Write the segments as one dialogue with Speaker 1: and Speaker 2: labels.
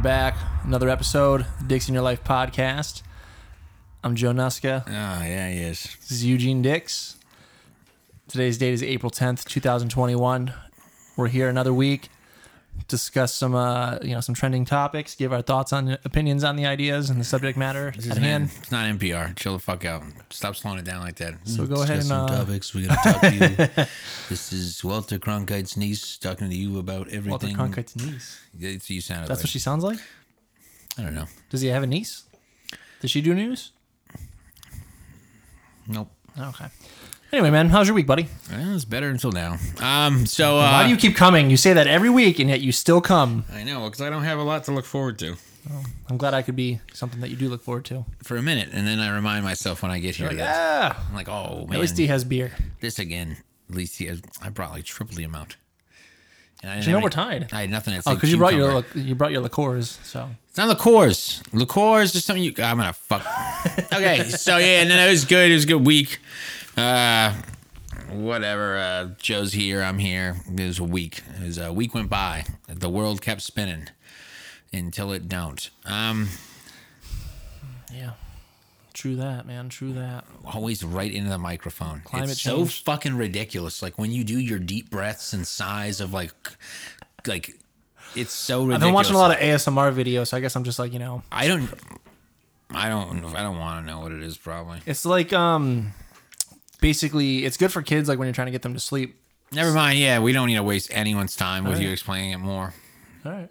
Speaker 1: back. Another episode, Dicks in Your Life podcast. I'm Joe Nuska.
Speaker 2: Ah, yeah, he is.
Speaker 1: This is Eugene Dix. Today's date is April 10th, 2021. We're here another week, discuss some uh, you know some trending topics, give our thoughts on opinions on the ideas and the subject matter at hand.
Speaker 2: It's not NPR. Chill the fuck out. Stop slowing it down like that.
Speaker 1: So go ahead
Speaker 2: Discuss
Speaker 1: and,
Speaker 2: some
Speaker 1: uh,
Speaker 2: topics. We're gonna talk to you. this is Walter Cronkite's niece talking to you about
Speaker 1: Walter
Speaker 2: everything.
Speaker 1: Cronkite's niece.
Speaker 2: That's what you sounded
Speaker 1: That's
Speaker 2: like.
Speaker 1: what she sounds like.
Speaker 2: I don't know.
Speaker 1: Does he have a niece? Does she do news?
Speaker 2: Nope.
Speaker 1: Okay. Anyway, man, how's your week, buddy?
Speaker 2: Well, it's better until now. Um. So uh,
Speaker 1: Why do you keep coming? You say that every week, and yet you still come.
Speaker 2: I know because I don't have a lot to look forward to
Speaker 1: I'm glad I could be something that you do look forward to.
Speaker 2: for a minute, and then I remind myself when I get here.
Speaker 1: Like,
Speaker 2: that-
Speaker 1: ah,
Speaker 2: I'm like, oh man,
Speaker 1: at least he has beer.
Speaker 2: this again. At least he has, I brought like triple the amount. And I didn't
Speaker 1: You know
Speaker 2: have
Speaker 1: we're
Speaker 2: any-
Speaker 1: tied.
Speaker 2: I had nothing. that
Speaker 1: Oh,
Speaker 2: said
Speaker 1: because you brought your
Speaker 2: cucumber.
Speaker 1: lic- you brought your liqueurs, so
Speaker 2: It's not liqueurs. Liqueurs is something you. I'm gonna fuck. okay, so yeah, no, no, it was good. It was a good week. Uh, whatever. Uh, Joe's here. I'm here. It was a week. It was a week went by. The world kept spinning until it don't. Um,
Speaker 1: yeah. True that, man. True that.
Speaker 2: always right into the microphone.
Speaker 1: Climate
Speaker 2: it's
Speaker 1: change.
Speaker 2: so fucking ridiculous. Like when you do your deep breaths and sighs of like, like, it's so ridiculous.
Speaker 1: I've been watching a lot of ASMR videos, so I guess I'm just like you know,
Speaker 2: I don't. I don't. I don't want to know what it is. Probably.
Speaker 1: it's like um, basically it's good for kids like when you're trying to get them to sleep.
Speaker 2: Never mind. Yeah, we don't need to waste anyone's time with you explaining it more.
Speaker 1: All right.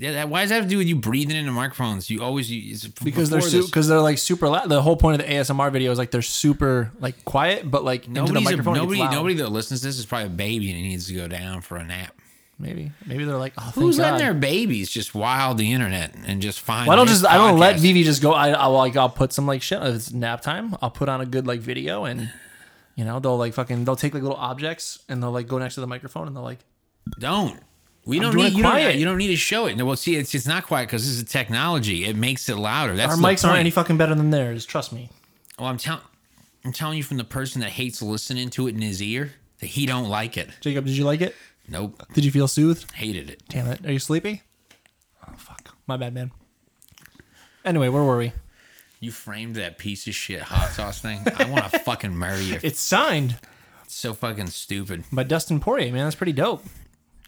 Speaker 2: Yeah, that, why does that have to do with you breathing into microphones? You always you, it's
Speaker 1: Because
Speaker 2: before
Speaker 1: they're
Speaker 2: this.
Speaker 1: because they're like super loud. The whole point of the ASMR video is like they're super like quiet, but like into the
Speaker 2: nobody's a,
Speaker 1: microphone. it gets
Speaker 2: nobody
Speaker 1: loud.
Speaker 2: nobody that listens to this is probably a baby and needs to go down for a nap.
Speaker 1: Maybe maybe they're like, oh,
Speaker 2: Who's
Speaker 1: thank
Speaker 2: letting
Speaker 1: God.
Speaker 2: their babies just wild the internet and just find?
Speaker 1: Well, I don't
Speaker 2: this
Speaker 1: just I don't let
Speaker 2: podcast?
Speaker 1: Vivi just go. I, I like I'll put some like shit. It's nap time. I'll put on a good like video, and you know they'll like fucking they'll take like little objects and they'll like go next to the microphone and they'll like
Speaker 2: Don't. We don't
Speaker 1: doing
Speaker 2: need
Speaker 1: it
Speaker 2: you don't,
Speaker 1: quiet.
Speaker 2: you don't need to show it. No, well, see, it's it's not quiet because this is technology. It makes it louder. That's
Speaker 1: our
Speaker 2: the
Speaker 1: mics aren't
Speaker 2: point.
Speaker 1: any fucking better than theirs. Trust me.
Speaker 2: Well, I'm telling I'm telling you from the person that hates listening to it in his ear that he don't like it.
Speaker 1: Jacob, did you like it?
Speaker 2: Nope,
Speaker 1: Did you feel soothed?
Speaker 2: hated it.
Speaker 1: Damn it. Are you sleepy? Oh fuck. My bad, man. Anyway, where were we?
Speaker 2: You framed that piece of shit hot sauce thing. I want to fucking murder you.
Speaker 1: It's signed
Speaker 2: It's so fucking stupid.
Speaker 1: by Dustin Poirier, man. That's pretty dope.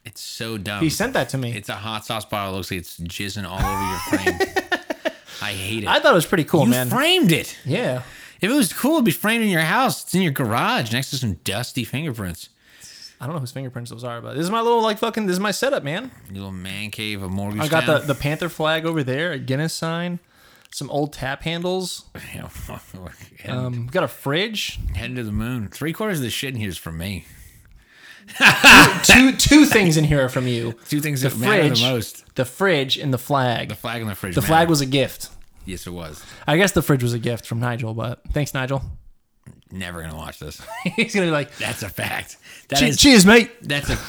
Speaker 2: It's so dumb.
Speaker 1: He sent that to me.
Speaker 2: it's a hot sauce bottle. Looks like it's jizzing all over your frame. I hate it.
Speaker 1: I thought it was pretty cool,
Speaker 2: you
Speaker 1: man.
Speaker 2: framed it.
Speaker 1: yeah.
Speaker 2: If it was cool, it'd be framed in your house. It's in your garage next to some dusty fingerprints.
Speaker 1: I don't know whose fingerprints those are, but this is my little like fucking this is my setup, man.
Speaker 2: Your little man cave of mortgage.
Speaker 1: I got the, the Panther flag over there, a Guinness sign, some old tap handles.
Speaker 2: head,
Speaker 1: Um, got a fridge,
Speaker 2: head to the moon. Three quarters of the shit in here is for me.
Speaker 1: two two things in here are from you.
Speaker 2: Two things
Speaker 1: The
Speaker 2: that matter
Speaker 1: fridge.
Speaker 2: the most:
Speaker 1: The fridge and the flag.
Speaker 2: the flag and the fridge.
Speaker 1: The flag
Speaker 2: matter.
Speaker 1: was a gift.
Speaker 2: yes, it was.
Speaker 1: I guess the fridge was a gift from Nigel, but thanks, Nigel.
Speaker 2: Never gonna watch this.
Speaker 1: He's gonna be like,
Speaker 2: That's a fact. That
Speaker 1: "Che-
Speaker 2: is
Speaker 1: "Cheers, mate."
Speaker 2: That's a.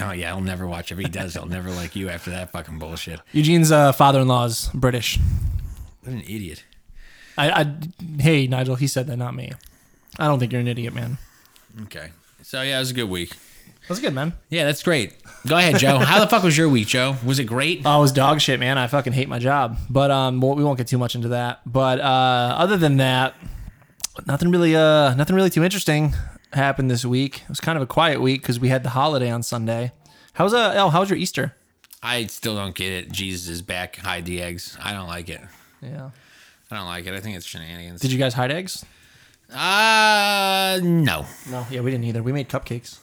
Speaker 2: Oh yeah, I'll never watch. If he does, I'll never like you after that fucking bullshit.
Speaker 1: Eugene's uh, father-in-law's British.
Speaker 2: What an idiot.
Speaker 1: I, I, hey, Nigel, he said that, not me. I don't think you're an idiot, man.
Speaker 2: Okay. So yeah, it was a good week.
Speaker 1: That's good, man.
Speaker 2: Yeah, that's great. Go ahead, Joe. How the fuck was your week, Joe? Was it great?
Speaker 1: Oh, it was dog shit, man. I fucking hate my job. But um, well, we won't get too much into that. But uh, other than that, nothing really, uh, nothing really too interesting happened this week. It was kind of a quiet week because we had the holiday on Sunday. How's uh, El? How's your Easter?
Speaker 2: I still don't get it. Jesus is back. Hide the eggs. I don't like it.
Speaker 1: Yeah.
Speaker 2: I don't like it. I think it's shenanigans.
Speaker 1: Did you guys hide eggs?
Speaker 2: Uh, no.
Speaker 1: No. Yeah, we didn't either. We made cupcakes.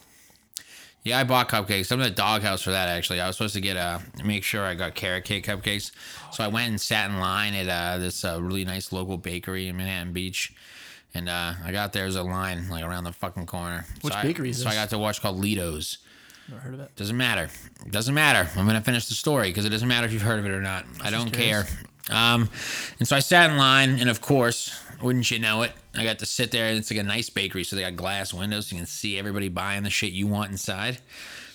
Speaker 2: Yeah, I bought cupcakes. I'm in the doghouse for that actually. I was supposed to get uh make sure I got carrot cake cupcakes. So I went and sat in line at uh, this uh, really nice local bakery in Manhattan Beach, and uh, I got there was a line like around the fucking corner.
Speaker 1: Which
Speaker 2: so
Speaker 1: bakery
Speaker 2: I,
Speaker 1: is
Speaker 2: So I
Speaker 1: this?
Speaker 2: got to watch called Lido's.
Speaker 1: Never heard of it.
Speaker 2: Doesn't matter. Doesn't matter. I'm gonna finish the story because it doesn't matter if you've heard of it or not. I don't care.
Speaker 1: curious.
Speaker 2: Um, and so I sat in line, and of course, wouldn't you know it, I got to sit there, and it's like a nice bakery, so they got glass windows, so you can see everybody buying the shit you want inside.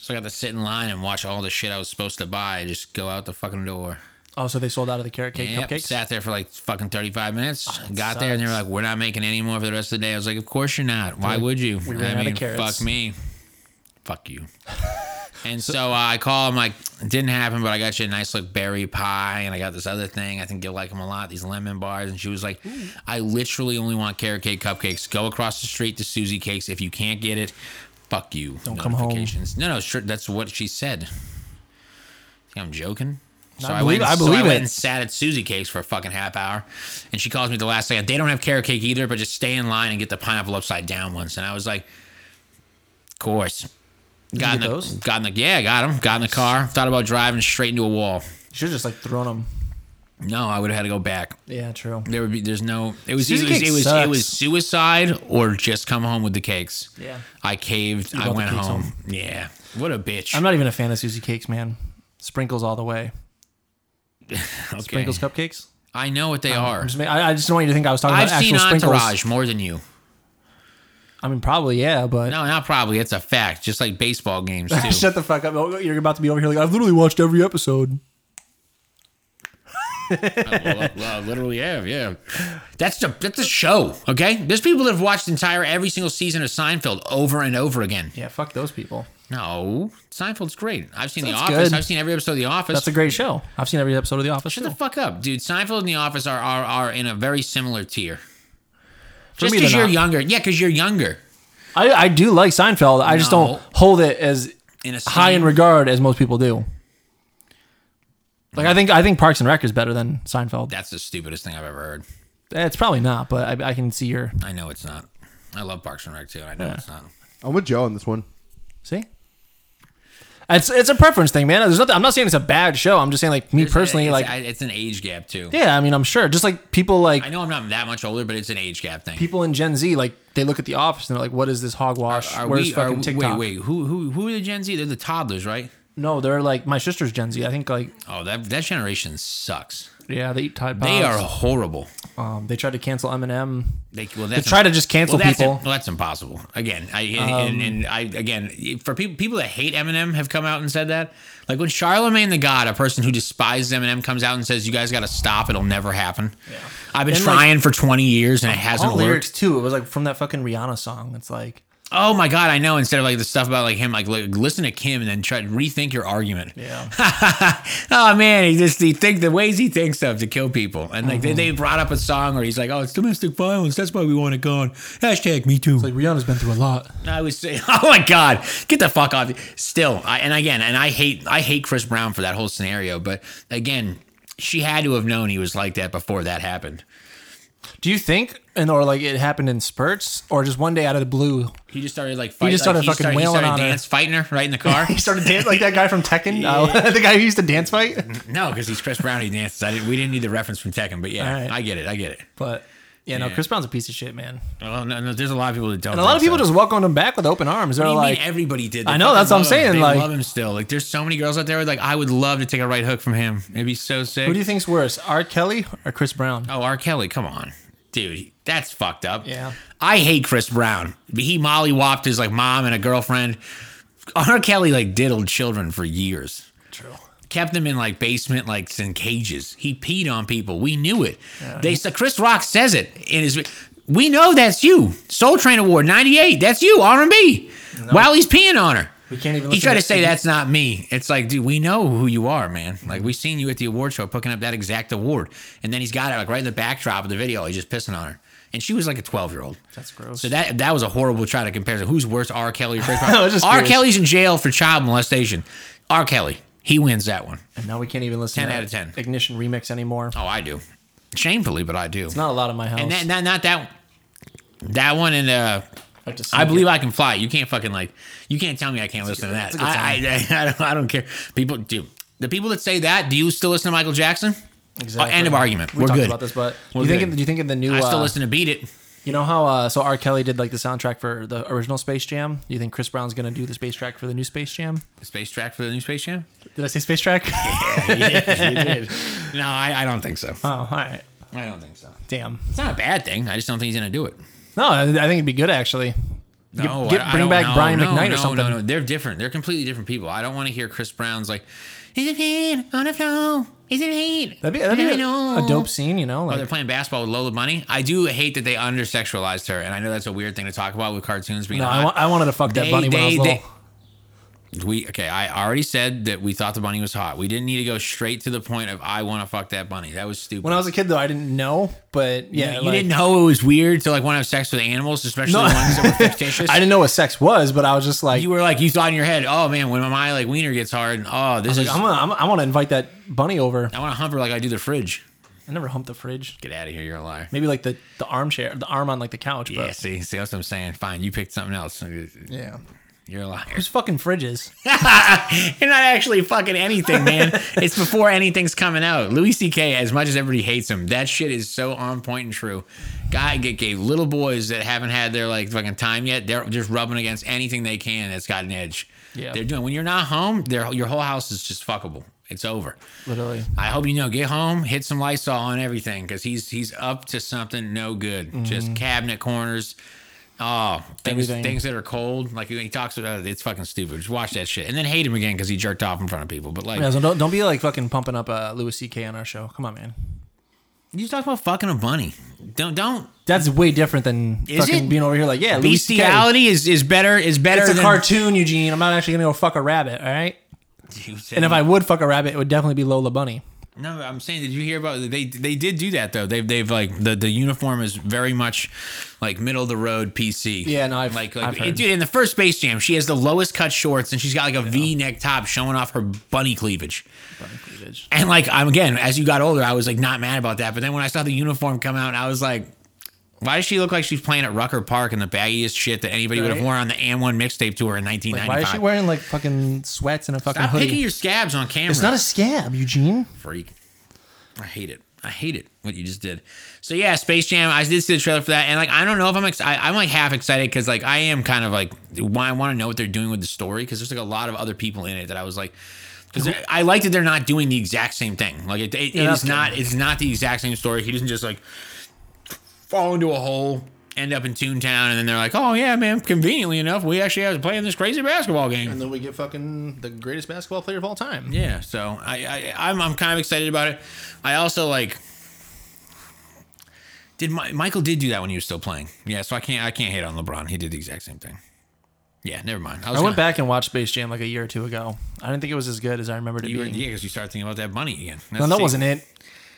Speaker 2: So I got to sit in line and watch all the shit I was supposed to buy just go out the fucking door.
Speaker 1: Oh, so they sold out of the carrot cake
Speaker 2: Yep,
Speaker 1: cupcakes. Oh,
Speaker 2: sat there for like fucking 35 minutes.
Speaker 1: that
Speaker 2: got there and they were
Speaker 1: sucks.
Speaker 2: like, we're not making any more for the rest of the day. I was like, of course you're not. Why would you?
Speaker 1: ran out
Speaker 2: I
Speaker 1: of
Speaker 2: mean,
Speaker 1: carrots.
Speaker 2: fuck me. Fuck you. And so, uh, I call him like, it didn't happen, but I got you a nice like berry pie, and I got this other thing. I think you'll like them a lot. These lemon bars. And she was like, I literally only want carrot cake cupcakes. Go across the street to Susie Cakes. If you can't get it, fuck you. Don't
Speaker 1: come home.
Speaker 2: No, no, sure. That's what she said. Think I'm joking. So
Speaker 1: I
Speaker 2: I, went,
Speaker 1: believe- I
Speaker 2: so
Speaker 1: believe
Speaker 2: I went
Speaker 1: it.
Speaker 2: and sat at Susie Cakes for a fucking half hour, and she calls me the last second. They don't have carrot cake either, but just stay in line and get the pineapple upside down ones. And I was like, of course. Got in,
Speaker 1: get
Speaker 2: the,
Speaker 1: those?
Speaker 2: got in the yeah, got them. Got in the car. Thought about driving straight into a wall.
Speaker 1: You should have just like thrown them.
Speaker 2: No, I would have had to go back.
Speaker 1: Yeah, true.
Speaker 2: There would be there's no it was
Speaker 1: Susie
Speaker 2: it was
Speaker 1: cake
Speaker 2: it was, it
Speaker 1: sucks.
Speaker 2: was suicide or just come home with the cakes.
Speaker 1: Yeah.
Speaker 2: I caved. I
Speaker 1: brought the
Speaker 2: went
Speaker 1: cakes
Speaker 2: home.
Speaker 1: home.
Speaker 2: Yeah. What a bitch.
Speaker 1: I'm not even a fan of Susie Cakes, man. Sprinkles all the way.
Speaker 2: okay.
Speaker 1: Sprinkles cupcakes.
Speaker 2: I know what they are.
Speaker 1: I'm just ma- I, I just don't want you to think I was talking
Speaker 2: I've
Speaker 1: about
Speaker 2: seen
Speaker 1: actual sprinkles.
Speaker 2: Entourage more than you.
Speaker 1: I mean, probably yeah, but
Speaker 2: No, not probably. It's a fact. Just like baseball games too.
Speaker 1: shut the fuck up. Oh, You're about to be over here like I've literally watched every episode.
Speaker 2: well, well, literally have, yeah. That's the that's the show. Okay, there's people that have watched entire every single season of Seinfeld over and over again.
Speaker 1: Yeah, fuck those people.
Speaker 2: No, Seinfeld's great. I've seen
Speaker 1: That's
Speaker 2: The Office.
Speaker 1: good.
Speaker 2: I've seen every episode of The Office.
Speaker 1: That's a great show. I've seen every episode of The Office.
Speaker 2: Shut the
Speaker 1: too.
Speaker 2: fuck up, dude. Seinfeld and The Office are are, are in a very similar tier.
Speaker 1: For
Speaker 2: Just
Speaker 1: me,
Speaker 2: because
Speaker 1: they're
Speaker 2: you're
Speaker 1: not.
Speaker 2: younger, yeah, because you're younger.
Speaker 1: I, I do like Seinfeld. I just
Speaker 2: No.
Speaker 1: don't hold it as
Speaker 2: In a
Speaker 1: high in
Speaker 2: scene-
Speaker 1: regard as most people do. Like I think I think Parks and Rec is better than Seinfeld.
Speaker 2: That's the stupidest thing I've ever heard.
Speaker 1: Eh, It's probably not, but I, I can see your
Speaker 2: I know it's not. I love Parks and Rec too. and I know it's not.
Speaker 3: I'm with Joe on this one.
Speaker 1: see. It's it's a preference thing, man. There's nothing. I'm not saying it's a bad show. I'm just saying like me personally,
Speaker 2: it's,
Speaker 1: like
Speaker 2: I- it's an age gap too.
Speaker 1: yeah. I mean, I'm sure. Just like people like
Speaker 2: I know I'm not that much older, but it's an age gap thing.
Speaker 1: people in Gen Z, like they look at the office and they're like, "What is this hogwash?
Speaker 2: Are
Speaker 1: Where's
Speaker 2: we? Are,
Speaker 1: fucking
Speaker 2: we-
Speaker 1: TikTok?"
Speaker 2: Wait, wait. Who who who are the Gen Z? They're the toddlers, right?
Speaker 1: No, they're like my sister's Gen Z. I think like
Speaker 2: Oh, that that generation sucks.
Speaker 1: yeah, they eat Tide Pods.
Speaker 2: They are horrible.
Speaker 1: Um, they tried to cancel Eminem.
Speaker 2: They, well, that's
Speaker 1: try to just cancel
Speaker 2: well, that's
Speaker 1: people. Um,
Speaker 2: well, that's impossible. Again, I and, and, and I again for people people that hate Eminem have come out and said that. Like when Charlemagne the God, a person who despises Eminem, comes out and says, "You guys got to stop. It'll never happen." I've been
Speaker 1: And, like,
Speaker 2: trying for 20 years and it hasn't
Speaker 1: All
Speaker 2: worked.
Speaker 1: lyrics too. It was like from that fucking Rihanna song. It's like
Speaker 2: Oh my god, I know. Instead of like the stuff about like him, like li- listen to Kim and then try to rethink your argument.
Speaker 1: yeah.
Speaker 2: oh man, he just he think the ways he thinks stuff to kill people, and like
Speaker 1: Mm-hmm.
Speaker 2: they, they brought up a song where he's like, "Oh, it's domestic violence. That's why we want it gone." Hashtag Me Too.
Speaker 1: Like Rihanna's been through a lot.
Speaker 2: I was saying, "Oh my god, get the fuck off!" Still, I, and again, and I hate I hate Chris Brown for that whole scenario, but again, she had to have known he was like that before that happened.
Speaker 1: Do you think and or like it happened in spurts or just one day out of the blue?
Speaker 2: He just started like fighting.
Speaker 1: just started
Speaker 2: like,
Speaker 1: fucking
Speaker 2: he
Speaker 1: wailing
Speaker 2: started
Speaker 1: on her.
Speaker 2: dance fighting her right in the car.
Speaker 1: He started dancing like that guy from Tekken, uh, the guy who used to dance fight.
Speaker 2: No, because he's Chris Brown. He dances. I didn't, we didn't need the reference from Tekken, but yeah,
Speaker 1: All right.
Speaker 2: I get it. I get it.
Speaker 1: But yeah, no,
Speaker 2: Yeah.
Speaker 1: Chris Brown's a piece of shit, man.
Speaker 2: Well, no, no, there's a lot of people that don't.
Speaker 1: And a lot of
Speaker 2: think
Speaker 1: people
Speaker 2: so.
Speaker 1: just welcomed him back with open arms. They're
Speaker 2: What do you
Speaker 1: like,
Speaker 2: mean everybody did.
Speaker 1: I know, that's what
Speaker 2: fucking
Speaker 1: I'm
Speaker 2: love him.
Speaker 1: saying,
Speaker 2: They
Speaker 1: like-
Speaker 2: love him still. Like, there's so many girls out there. Like, I would love to take a right hook from him. It'd be so sick.
Speaker 1: who do you think's worse, R. Kelly or Chris Brown?
Speaker 2: oh, R. Kelly, come on, dude, that's fucked up.
Speaker 1: Yeah.
Speaker 2: I hate Chris Brown. He mollywopped his like mom and a girlfriend. R. Kelly like diddled children for years.
Speaker 1: True.
Speaker 2: kept them in like basement like in cages. He peed on people. We knew it. They so Chris Rock says it in his. We know that's you. Soul Train Award '98. That's you, R and B. While he's peeing on her,
Speaker 1: We can't even
Speaker 2: He
Speaker 1: listen
Speaker 2: tried
Speaker 1: to-
Speaker 2: to say that's not me. It's like, dude, we know who you are, man. Like we seen you at the award show picking up that exact award, and then he's got it like right in the backdrop of the video. He's just pissing on her, and she was like a twelve year old.
Speaker 1: That's gross.
Speaker 2: So that that was a horrible try to compare. Who's worse, R. Kelly or Chris Brown?
Speaker 1: I was just
Speaker 2: R.
Speaker 1: curious.
Speaker 2: Kelly's in jail for child molestation. R. Kelly, he wins that one.
Speaker 1: And now we can't even listen
Speaker 2: 10
Speaker 1: to
Speaker 2: out of 10.
Speaker 1: Ignition remix anymore.
Speaker 2: Oh, I do. Shamefully, but I do.
Speaker 1: Not a lot of my house.
Speaker 2: and that, not, not that that one and uh
Speaker 1: I, have to
Speaker 2: I
Speaker 1: sneak
Speaker 2: believe
Speaker 1: it.
Speaker 2: I can fly. You can't fucking like you can't tell me I can't listen to that. I, I, I don't I don't care. People do the people that say that. Do you still listen to Michael Jackson?
Speaker 1: Exactly.
Speaker 2: Uh, end of argument.
Speaker 1: We
Speaker 2: are
Speaker 1: talked
Speaker 2: good.
Speaker 1: about this, but
Speaker 2: We're
Speaker 1: you think
Speaker 2: good.
Speaker 1: in, do you think in the new
Speaker 2: I still
Speaker 1: uh,
Speaker 2: listen to Beat It.
Speaker 1: You know how uh, so R. Kelly did like the soundtrack for the original Space Jam. You think Chris Brown's gonna do the space track for the new Space Jam?
Speaker 2: The space track for the new Space Jam.
Speaker 1: Did I say space track?
Speaker 2: No, I, I don't think so.
Speaker 1: oh, all right.
Speaker 2: I don't think so.
Speaker 1: Damn.
Speaker 2: It's not a bad thing. I just don't think he's gonna do it.
Speaker 1: No, I, I think it'd be good actually.
Speaker 2: No,
Speaker 1: Get-
Speaker 2: I- I
Speaker 1: bring
Speaker 2: don't-
Speaker 1: back
Speaker 2: no,
Speaker 1: Brian
Speaker 2: no,
Speaker 1: McKnight or
Speaker 2: no,
Speaker 1: something.
Speaker 2: No, no, they're different. They're completely different people. I don't want to hear Chris Brown's like, "Is it heat on the floor? Is it heat?"
Speaker 1: That'd be that'd be
Speaker 2: I
Speaker 1: a,
Speaker 2: know."
Speaker 1: a dope scene, you know.
Speaker 2: Oh,
Speaker 1: Like,
Speaker 2: they're playing basketball with Lola Bunny. I do hate that they undersexualized her, and I know that's a weird thing to talk about with cartoons being.
Speaker 1: no,
Speaker 2: hot.
Speaker 1: I, wa- I wanted to fuck that
Speaker 2: They-
Speaker 1: bunny when I was
Speaker 2: they-
Speaker 1: little.
Speaker 2: they- We okay. I already said that we thought the bunny was hot. We didn't need to go straight to the point of I want to fuck that bunny. That was stupid.
Speaker 1: When I was a kid, though, I didn't know, but yeah,
Speaker 2: you
Speaker 1: like-
Speaker 2: didn't know it was weird to like want to have sex with animals, especially
Speaker 1: No.
Speaker 2: the ones that were fictitious.
Speaker 1: I didn't know what sex was, but I was just like,
Speaker 2: you were like you thought in your head, oh man, when my like wiener gets hard, oh this
Speaker 1: like,
Speaker 2: is
Speaker 1: I'm gonna, I'm, I want to invite that bunny over.
Speaker 2: I want to hump her like I do the fridge.
Speaker 1: I never humped the fridge.
Speaker 2: Get out of here, you're a liar.
Speaker 1: Maybe like the the armchair, the arm on like the couch.
Speaker 2: Yeah,
Speaker 1: But
Speaker 2: see, see, that's what I'm saying. Fine, you picked something else.
Speaker 1: yeah,
Speaker 2: You're a liar.
Speaker 1: who's fucking fridges?
Speaker 2: You're not actually fucking anything, man. it's before anything's coming out. Louis C.K. As much as everybody hates him, that shit is so on point and true. Guy g- gave little boys that haven't had their like fucking time yet. They're just rubbing against anything they can that's got an edge.
Speaker 1: Yeah.
Speaker 2: they're doing. When you're not home, their your whole house is just fuckable. It's over.
Speaker 1: Literally.
Speaker 2: I hope you know. Get home, hit some Lysol on everything because he's he's up to something no good. Just cabinet corners. Oh, things
Speaker 1: Mm-hmm. Everything.
Speaker 2: things that are cold. Like he talks about it, it's fucking stupid. Just watch that shit and then hate him again because he jerked off in front of people. But like,
Speaker 1: Yeah, so don't don't be like fucking pumping up uh, Louis C.K. on our show. Come on, man.
Speaker 2: you talk about fucking a bunny. Don't don't.
Speaker 1: That's way different than
Speaker 2: Is
Speaker 1: fucking
Speaker 2: it?
Speaker 1: being over here like, yeah, Louis C.K.
Speaker 2: Bestiality is is better is better.
Speaker 1: It's a
Speaker 2: than,
Speaker 1: cartoon, Eugene. I'm not actually gonna go fuck a rabbit. All right. And if I would fuck a rabbit, it would definitely be Lola Bunny.
Speaker 2: No, I'm saying, did you hear about they? They did do that though. They've they've like the, the uniform is very much like middle of the road PC.
Speaker 1: Yeah, no, I've-
Speaker 2: like like
Speaker 1: I've heard.
Speaker 2: dude in the first Space Jam, she has the lowest cut shorts and she's got like a neck top showing off her bunny cleavage. And like I'm again, as you got older, I was like not mad about that. But then when I saw the uniform come out, I was like, why does she look like she's playing at Rucker Park in the baggiest shit that anybody would have
Speaker 1: Right.
Speaker 2: worn on the AM1 mixtape tour in 1995?
Speaker 1: Why is she wearing like fucking sweats and a fucking
Speaker 2: Stop
Speaker 1: hoodie?
Speaker 2: picking your scabs on camera
Speaker 1: it's not a scab, Eugene.
Speaker 2: freak. I hate it. I hate it what you just did. So yeah, Space Jam. I did see the trailer for that, and like I don't know if I'm ex- I, I'm like half excited because like I am kind of like why I want to know what they're doing with the story because there's like a lot of other people in it that I was like because I like that they're not doing the exact same thing. Like it, it, it
Speaker 1: that's
Speaker 2: is not it's not the exact same story. He doesn't just like fall into a hole. End up in Toontown, and then they're like, "Oh yeah, man! Conveniently enough, we actually have to play in this crazy basketball game."
Speaker 1: then we get fucking the greatest basketball player of all time.
Speaker 2: Yeah, so I, I I'm I'm kind of excited about it. I also like did my, Michael did do that when he was still playing. Yeah, so I can't I can't hate on LeBron. He did the exact same thing. Yeah, never mind. was
Speaker 1: I went
Speaker 2: gonna-
Speaker 1: back and watched Space Jam like a year or two ago. I didn't think it was as good as I remembered it
Speaker 2: You were,
Speaker 1: being.
Speaker 2: yeah, because you started thinking about that bunny again.
Speaker 1: No, that
Speaker 2: see-
Speaker 1: wasn't it.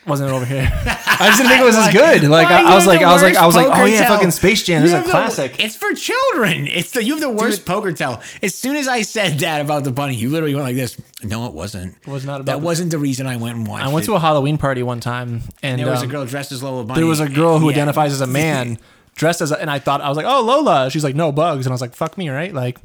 Speaker 1: Wasn't it over here? I just didn't think it was as good. Like
Speaker 2: Why,
Speaker 1: I,
Speaker 2: you
Speaker 1: I was
Speaker 2: have
Speaker 1: like,
Speaker 2: the
Speaker 1: I was like, I was
Speaker 2: worst
Speaker 1: like, oh
Speaker 2: poker
Speaker 1: yeah,
Speaker 2: tell.
Speaker 1: fucking Space Jam. This
Speaker 2: You
Speaker 1: is
Speaker 2: have
Speaker 1: a
Speaker 2: the-
Speaker 1: classic.
Speaker 2: it's for children. It's the you have the worst
Speaker 1: Dude.
Speaker 2: poker tell. As soon as I said that about the bunny, you literally went like this. No, it wasn't. It
Speaker 1: was not about
Speaker 2: that.
Speaker 1: the-
Speaker 2: wasn't the reason I went and watched.
Speaker 1: I went
Speaker 2: it.
Speaker 1: to a Halloween party one time, and
Speaker 2: There was
Speaker 1: um,
Speaker 2: a girl dressed as Lola Bunny.
Speaker 1: there was a girl who
Speaker 2: Yeah.
Speaker 1: identifies as a man, dressed as, a, and I thought I was like, oh Lola. She's like, no bugs, and I was like, fuck me, right? Like,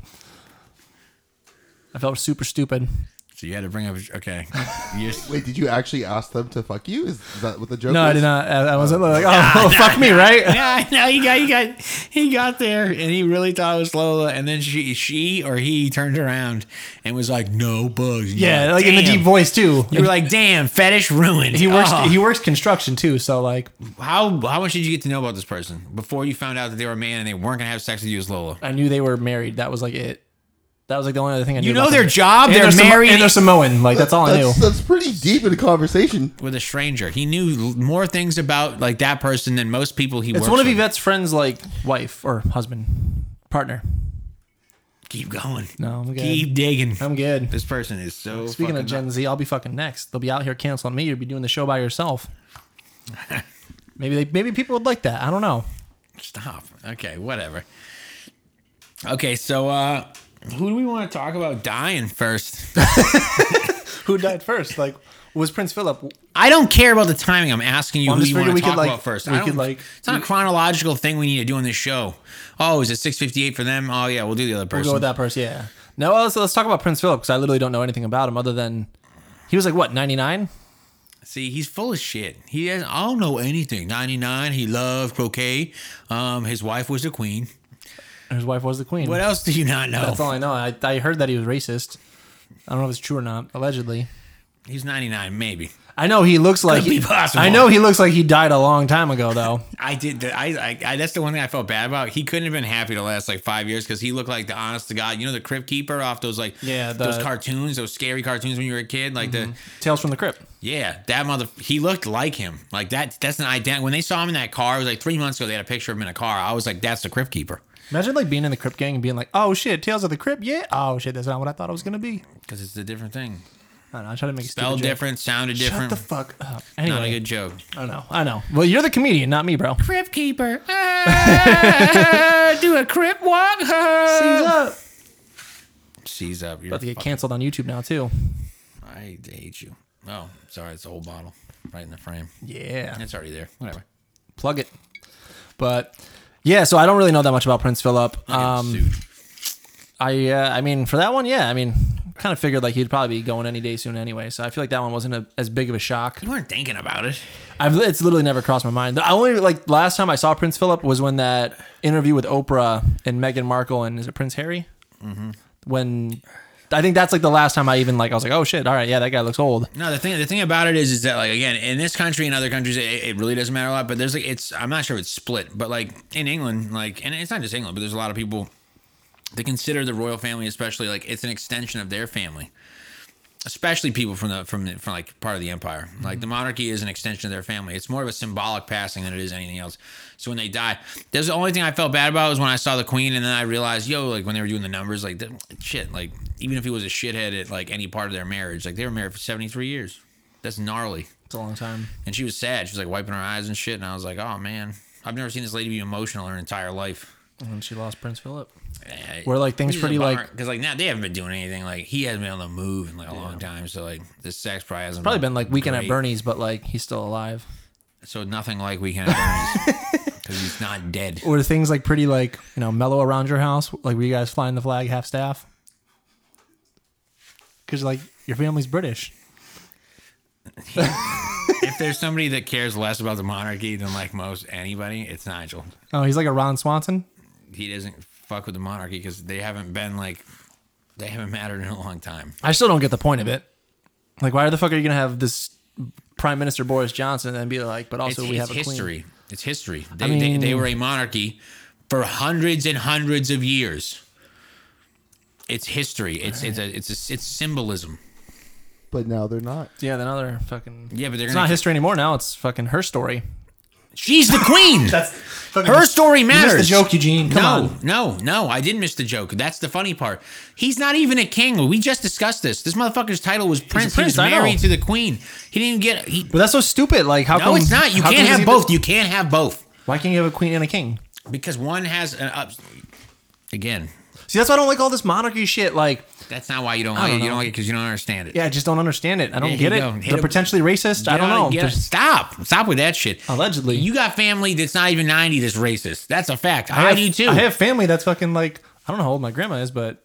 Speaker 1: I felt super stupid.
Speaker 2: So you had to bring up. Okay. You're-
Speaker 3: Wait, did you actually ask them to fuck you? Is that what the joke?
Speaker 1: No, I
Speaker 3: is?
Speaker 1: did not. I I wasn't like, oh, fuck me, right?
Speaker 2: yeah, I know he got he got he got there and he really thought it was Lola and then she she or he turned around and was like, No bugs. And
Speaker 1: Yeah,
Speaker 2: you're
Speaker 1: like in the
Speaker 2: "Damn."
Speaker 1: deep voice too.
Speaker 2: You were like, damn, fetish ruined.
Speaker 1: he works.
Speaker 2: Oh.
Speaker 1: He works construction too, so like,
Speaker 2: how how much did you get to know about this person before you found out that they were a man and they weren't gonna have sex with you as Lola?
Speaker 1: I knew they were married. That was like it. That was like the only other thing I knew.
Speaker 2: You know
Speaker 1: about
Speaker 2: their
Speaker 1: them.
Speaker 2: job,
Speaker 1: And
Speaker 2: they're,
Speaker 1: Samo-
Speaker 2: married
Speaker 1: and they're Samoan. Like that's all I knew.
Speaker 3: That's, that's pretty deep in the conversation.
Speaker 2: with a stranger. He knew more things about like that person than most people he
Speaker 1: It's
Speaker 2: works
Speaker 1: one of
Speaker 2: with.
Speaker 1: Yvette's friends, like wife or husband, partner.
Speaker 2: Keep going.
Speaker 1: No, I'm good.
Speaker 2: Keep digging.
Speaker 1: I'm good.
Speaker 2: This person is so
Speaker 1: Speaking of
Speaker 2: fucking-
Speaker 1: Gen Z, I'll be fucking next. They'll be out here canceling me. You'll be doing the show by yourself. maybe they, maybe people would like that. I don't know.
Speaker 2: Stop. Okay, whatever. Okay, so uh who do we want to talk about dying first?
Speaker 1: Who died first? Like was Prince Philip?
Speaker 2: I don't care about the timing. I'm asking you
Speaker 1: Well, I'm
Speaker 2: who
Speaker 1: just
Speaker 2: you want
Speaker 1: figuring we
Speaker 2: to talk
Speaker 1: could, like-
Speaker 2: about first.
Speaker 1: we
Speaker 2: I don't,
Speaker 1: could, like-
Speaker 2: it's not a chronological thing we need to do on this show. Oh, is it 6:58 for them? Oh yeah, we'll do the other person.
Speaker 1: Go with that person. Yeah. No. Let's, let's talk about Prince Philip because I literally don't know anything about him other than he was like what 99.
Speaker 2: See, he's full of shit. He doesn't. I don't know anything. 99. He loved croquet. Um, his wife was a queen.
Speaker 1: His wife was the queen.
Speaker 2: What else do you not know?
Speaker 1: That's all I know. I, I heard that he was racist. I don't know if it's true or not. Allegedly.
Speaker 2: He's 99, maybe.
Speaker 1: I know he looks like
Speaker 2: be possible.
Speaker 1: I know he looks like he died a long time ago though.
Speaker 2: I did. The, I, I, I. That's the one thing I felt bad about. He couldn't have been happy the last like five years because he looked like the honest to god. You know the crypt keeper off those like
Speaker 1: Yeah,
Speaker 2: those
Speaker 1: the- Mm-hmm.
Speaker 2: cartoons, those scary cartoons when you were a kid. Like the
Speaker 1: Tales from the Crypt.
Speaker 2: yeah, that mother. He looked like him. Like that. That's an ident. When they saw him in that car, it was like three months ago. They had a picture of him in a car. I was like, that's the crypt keeper.
Speaker 1: Imagine like being in the Crip gang and being like, "Oh shit, Tales of the Crip, yeah. Oh shit, that's not what I thought it was gonna be."
Speaker 2: because it's a different thing.
Speaker 1: I don't know. I try to make a
Speaker 2: Spelled
Speaker 1: stupid joke.
Speaker 2: different, sounded different.
Speaker 1: Shut the fuck up.
Speaker 2: Not a
Speaker 1: Anyway,
Speaker 2: good joke.
Speaker 1: I know. I know. Well, you're the comedian, not me, bro.
Speaker 2: Crip keeper. Ah, do a crip walk.
Speaker 1: Seas up.
Speaker 2: She's up. You're
Speaker 1: About to get
Speaker 2: fucking-
Speaker 1: canceled on YouTube now too.
Speaker 2: I hate you. Oh, sorry. It's a whole bottle right in the frame.
Speaker 1: Yeah.
Speaker 2: It's already there. Whatever.
Speaker 1: Plug it. But yeah, so I don't really know that much about Prince Philip. Um,
Speaker 2: Suit.
Speaker 1: I uh, I mean for that one, yeah. I mean, kind of figured like he'd probably be going any day soon anyway. So I feel like that one wasn't a, as big of a shock.
Speaker 2: you weren't thinking about it.
Speaker 1: I've it's literally never crossed my mind. I only like last time I saw Prince Philip was when that interview with Oprah and Meghan Markle and is it Prince Harry? Mm-hmm. When I think that's like the last time I even like I was like, oh shit, all right, yeah, that guy looks old.
Speaker 2: No, the thing the thing about it is is that like again in this country and other countries it, it really doesn't matter a lot. But there's like it's I'm not sure if it's split, but like in England, like and it's not just England, but there's a lot of people they consider the royal family, especially like it's an extension of their family. Especially people from the from the, from like part of the empire, like the monarchy is an extension of their family. It's more of a symbolic passing than it is anything else. So when they die, that's the only thing I felt bad about was when I saw the queen, and then I realized, yo, like when they were doing the numbers, like that, shit, like even if he was a shithead at like any part of their marriage, like they were married for seventy three years. That's gnarly.
Speaker 1: It's a long time.
Speaker 2: And she was sad. She was like wiping her eyes and shit. And I was like, oh man, I've never seen this lady be emotional her entire life.
Speaker 1: And she lost Prince Philip. Where, like, things pretty, like-
Speaker 2: because like now they haven't been doing anything like he hasn't been on the move in like a long time so like the sex probably hasn't
Speaker 1: Probably been like weekend at
Speaker 2: great.
Speaker 1: Bernie's, but like he's still alive.
Speaker 2: so nothing like weekend at Bernie's because he's not dead
Speaker 1: Or things like pretty like you know mellow around your house? Like were you guys flying the flag half staff? Because like your family's British.
Speaker 2: if there's somebody that cares less about the monarchy than like most anybody it's Nigel
Speaker 1: Oh, he's like a Ron Swanson.
Speaker 2: he doesn't fuck with the monarchy because they haven't been like they haven't mattered in a long time
Speaker 1: I still don't get the point of it. Like, why the fuck are you gonna have this Prime Minister Boris Johnson and be like, but also
Speaker 2: it's,
Speaker 1: we
Speaker 2: it's
Speaker 1: have a queen?
Speaker 2: history. It's history. They,
Speaker 1: I
Speaker 2: they, they
Speaker 1: mean-
Speaker 2: were a monarchy for hundreds and hundreds of years. It's history. It's it's a, it's a, it's symbolism.
Speaker 3: but now they're not.
Speaker 1: Yeah, then other fucking.
Speaker 2: Yeah, but they're
Speaker 1: it's
Speaker 2: gonna-
Speaker 1: not history anymore. Now it's fucking her story.
Speaker 2: She's the queen.
Speaker 1: That's
Speaker 2: Her story matters.
Speaker 1: the joke, Eugene. Come
Speaker 2: no,
Speaker 1: on.
Speaker 2: no, no. I didn't miss the joke. That's the funny part. He's not even a king. We just discussed this. This motherfucker's title was
Speaker 1: prince,
Speaker 2: prince. he was
Speaker 1: I know.
Speaker 2: married to the queen. He didn't even get. He,
Speaker 1: But that's so stupid. Like, how
Speaker 2: no,
Speaker 1: come?
Speaker 2: it's not. You
Speaker 1: how come he's
Speaker 2: can't have
Speaker 1: even-
Speaker 2: both. You can't have both
Speaker 1: Why can't you have a queen and a king?
Speaker 2: because one has an up. Again,
Speaker 1: See, that's why I don't like all this monarchy shit. Like,
Speaker 2: that's not why you don't like
Speaker 1: don't
Speaker 2: it. You
Speaker 1: know.
Speaker 2: don't like it because you don't understand it.
Speaker 1: yeah, I just don't understand it. I don't
Speaker 2: Yeah,
Speaker 1: get
Speaker 2: you
Speaker 1: it.
Speaker 2: don't. Hit
Speaker 1: They're
Speaker 2: him.
Speaker 1: potentially racist. I don't
Speaker 2: Get
Speaker 1: know.
Speaker 2: out- get out-
Speaker 1: There's-
Speaker 2: Stop. Stop with that shit.
Speaker 1: Allegedly.
Speaker 2: You got family that's not even 90 that's racist. That's a fact.
Speaker 1: I
Speaker 2: I,
Speaker 1: have-
Speaker 2: do too.
Speaker 1: I have family that's fucking like I don't know how old my grandma is, but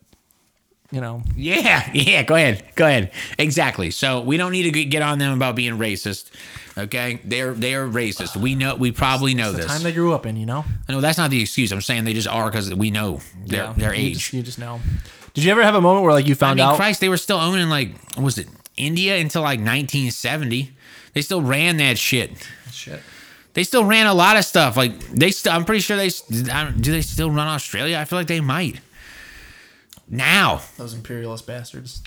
Speaker 1: you know,
Speaker 2: Yeah. Yeah. Go ahead. Go ahead. Exactly. So we don't need to g- get on them about being racist. Okay. They're they are racist. We know we probably know
Speaker 1: the
Speaker 2: this.
Speaker 1: time they grew up in, you know.
Speaker 2: no, that's not the excuse. I'm saying they just are because we know their
Speaker 1: Yeah.
Speaker 2: their
Speaker 1: You just-
Speaker 2: age.
Speaker 1: you just know. Did you ever have a moment where like you
Speaker 2: I
Speaker 1: found
Speaker 2: mean,
Speaker 1: out?
Speaker 2: Christ, they were still owning like what was it India until like 1970. They still ran that shit.
Speaker 1: Shit.
Speaker 2: They still ran a lot of stuff. Like they, st- I'm pretty sure they st- I don't- do. They still run Australia. I feel like they might. Now,
Speaker 1: Those imperialist bastards.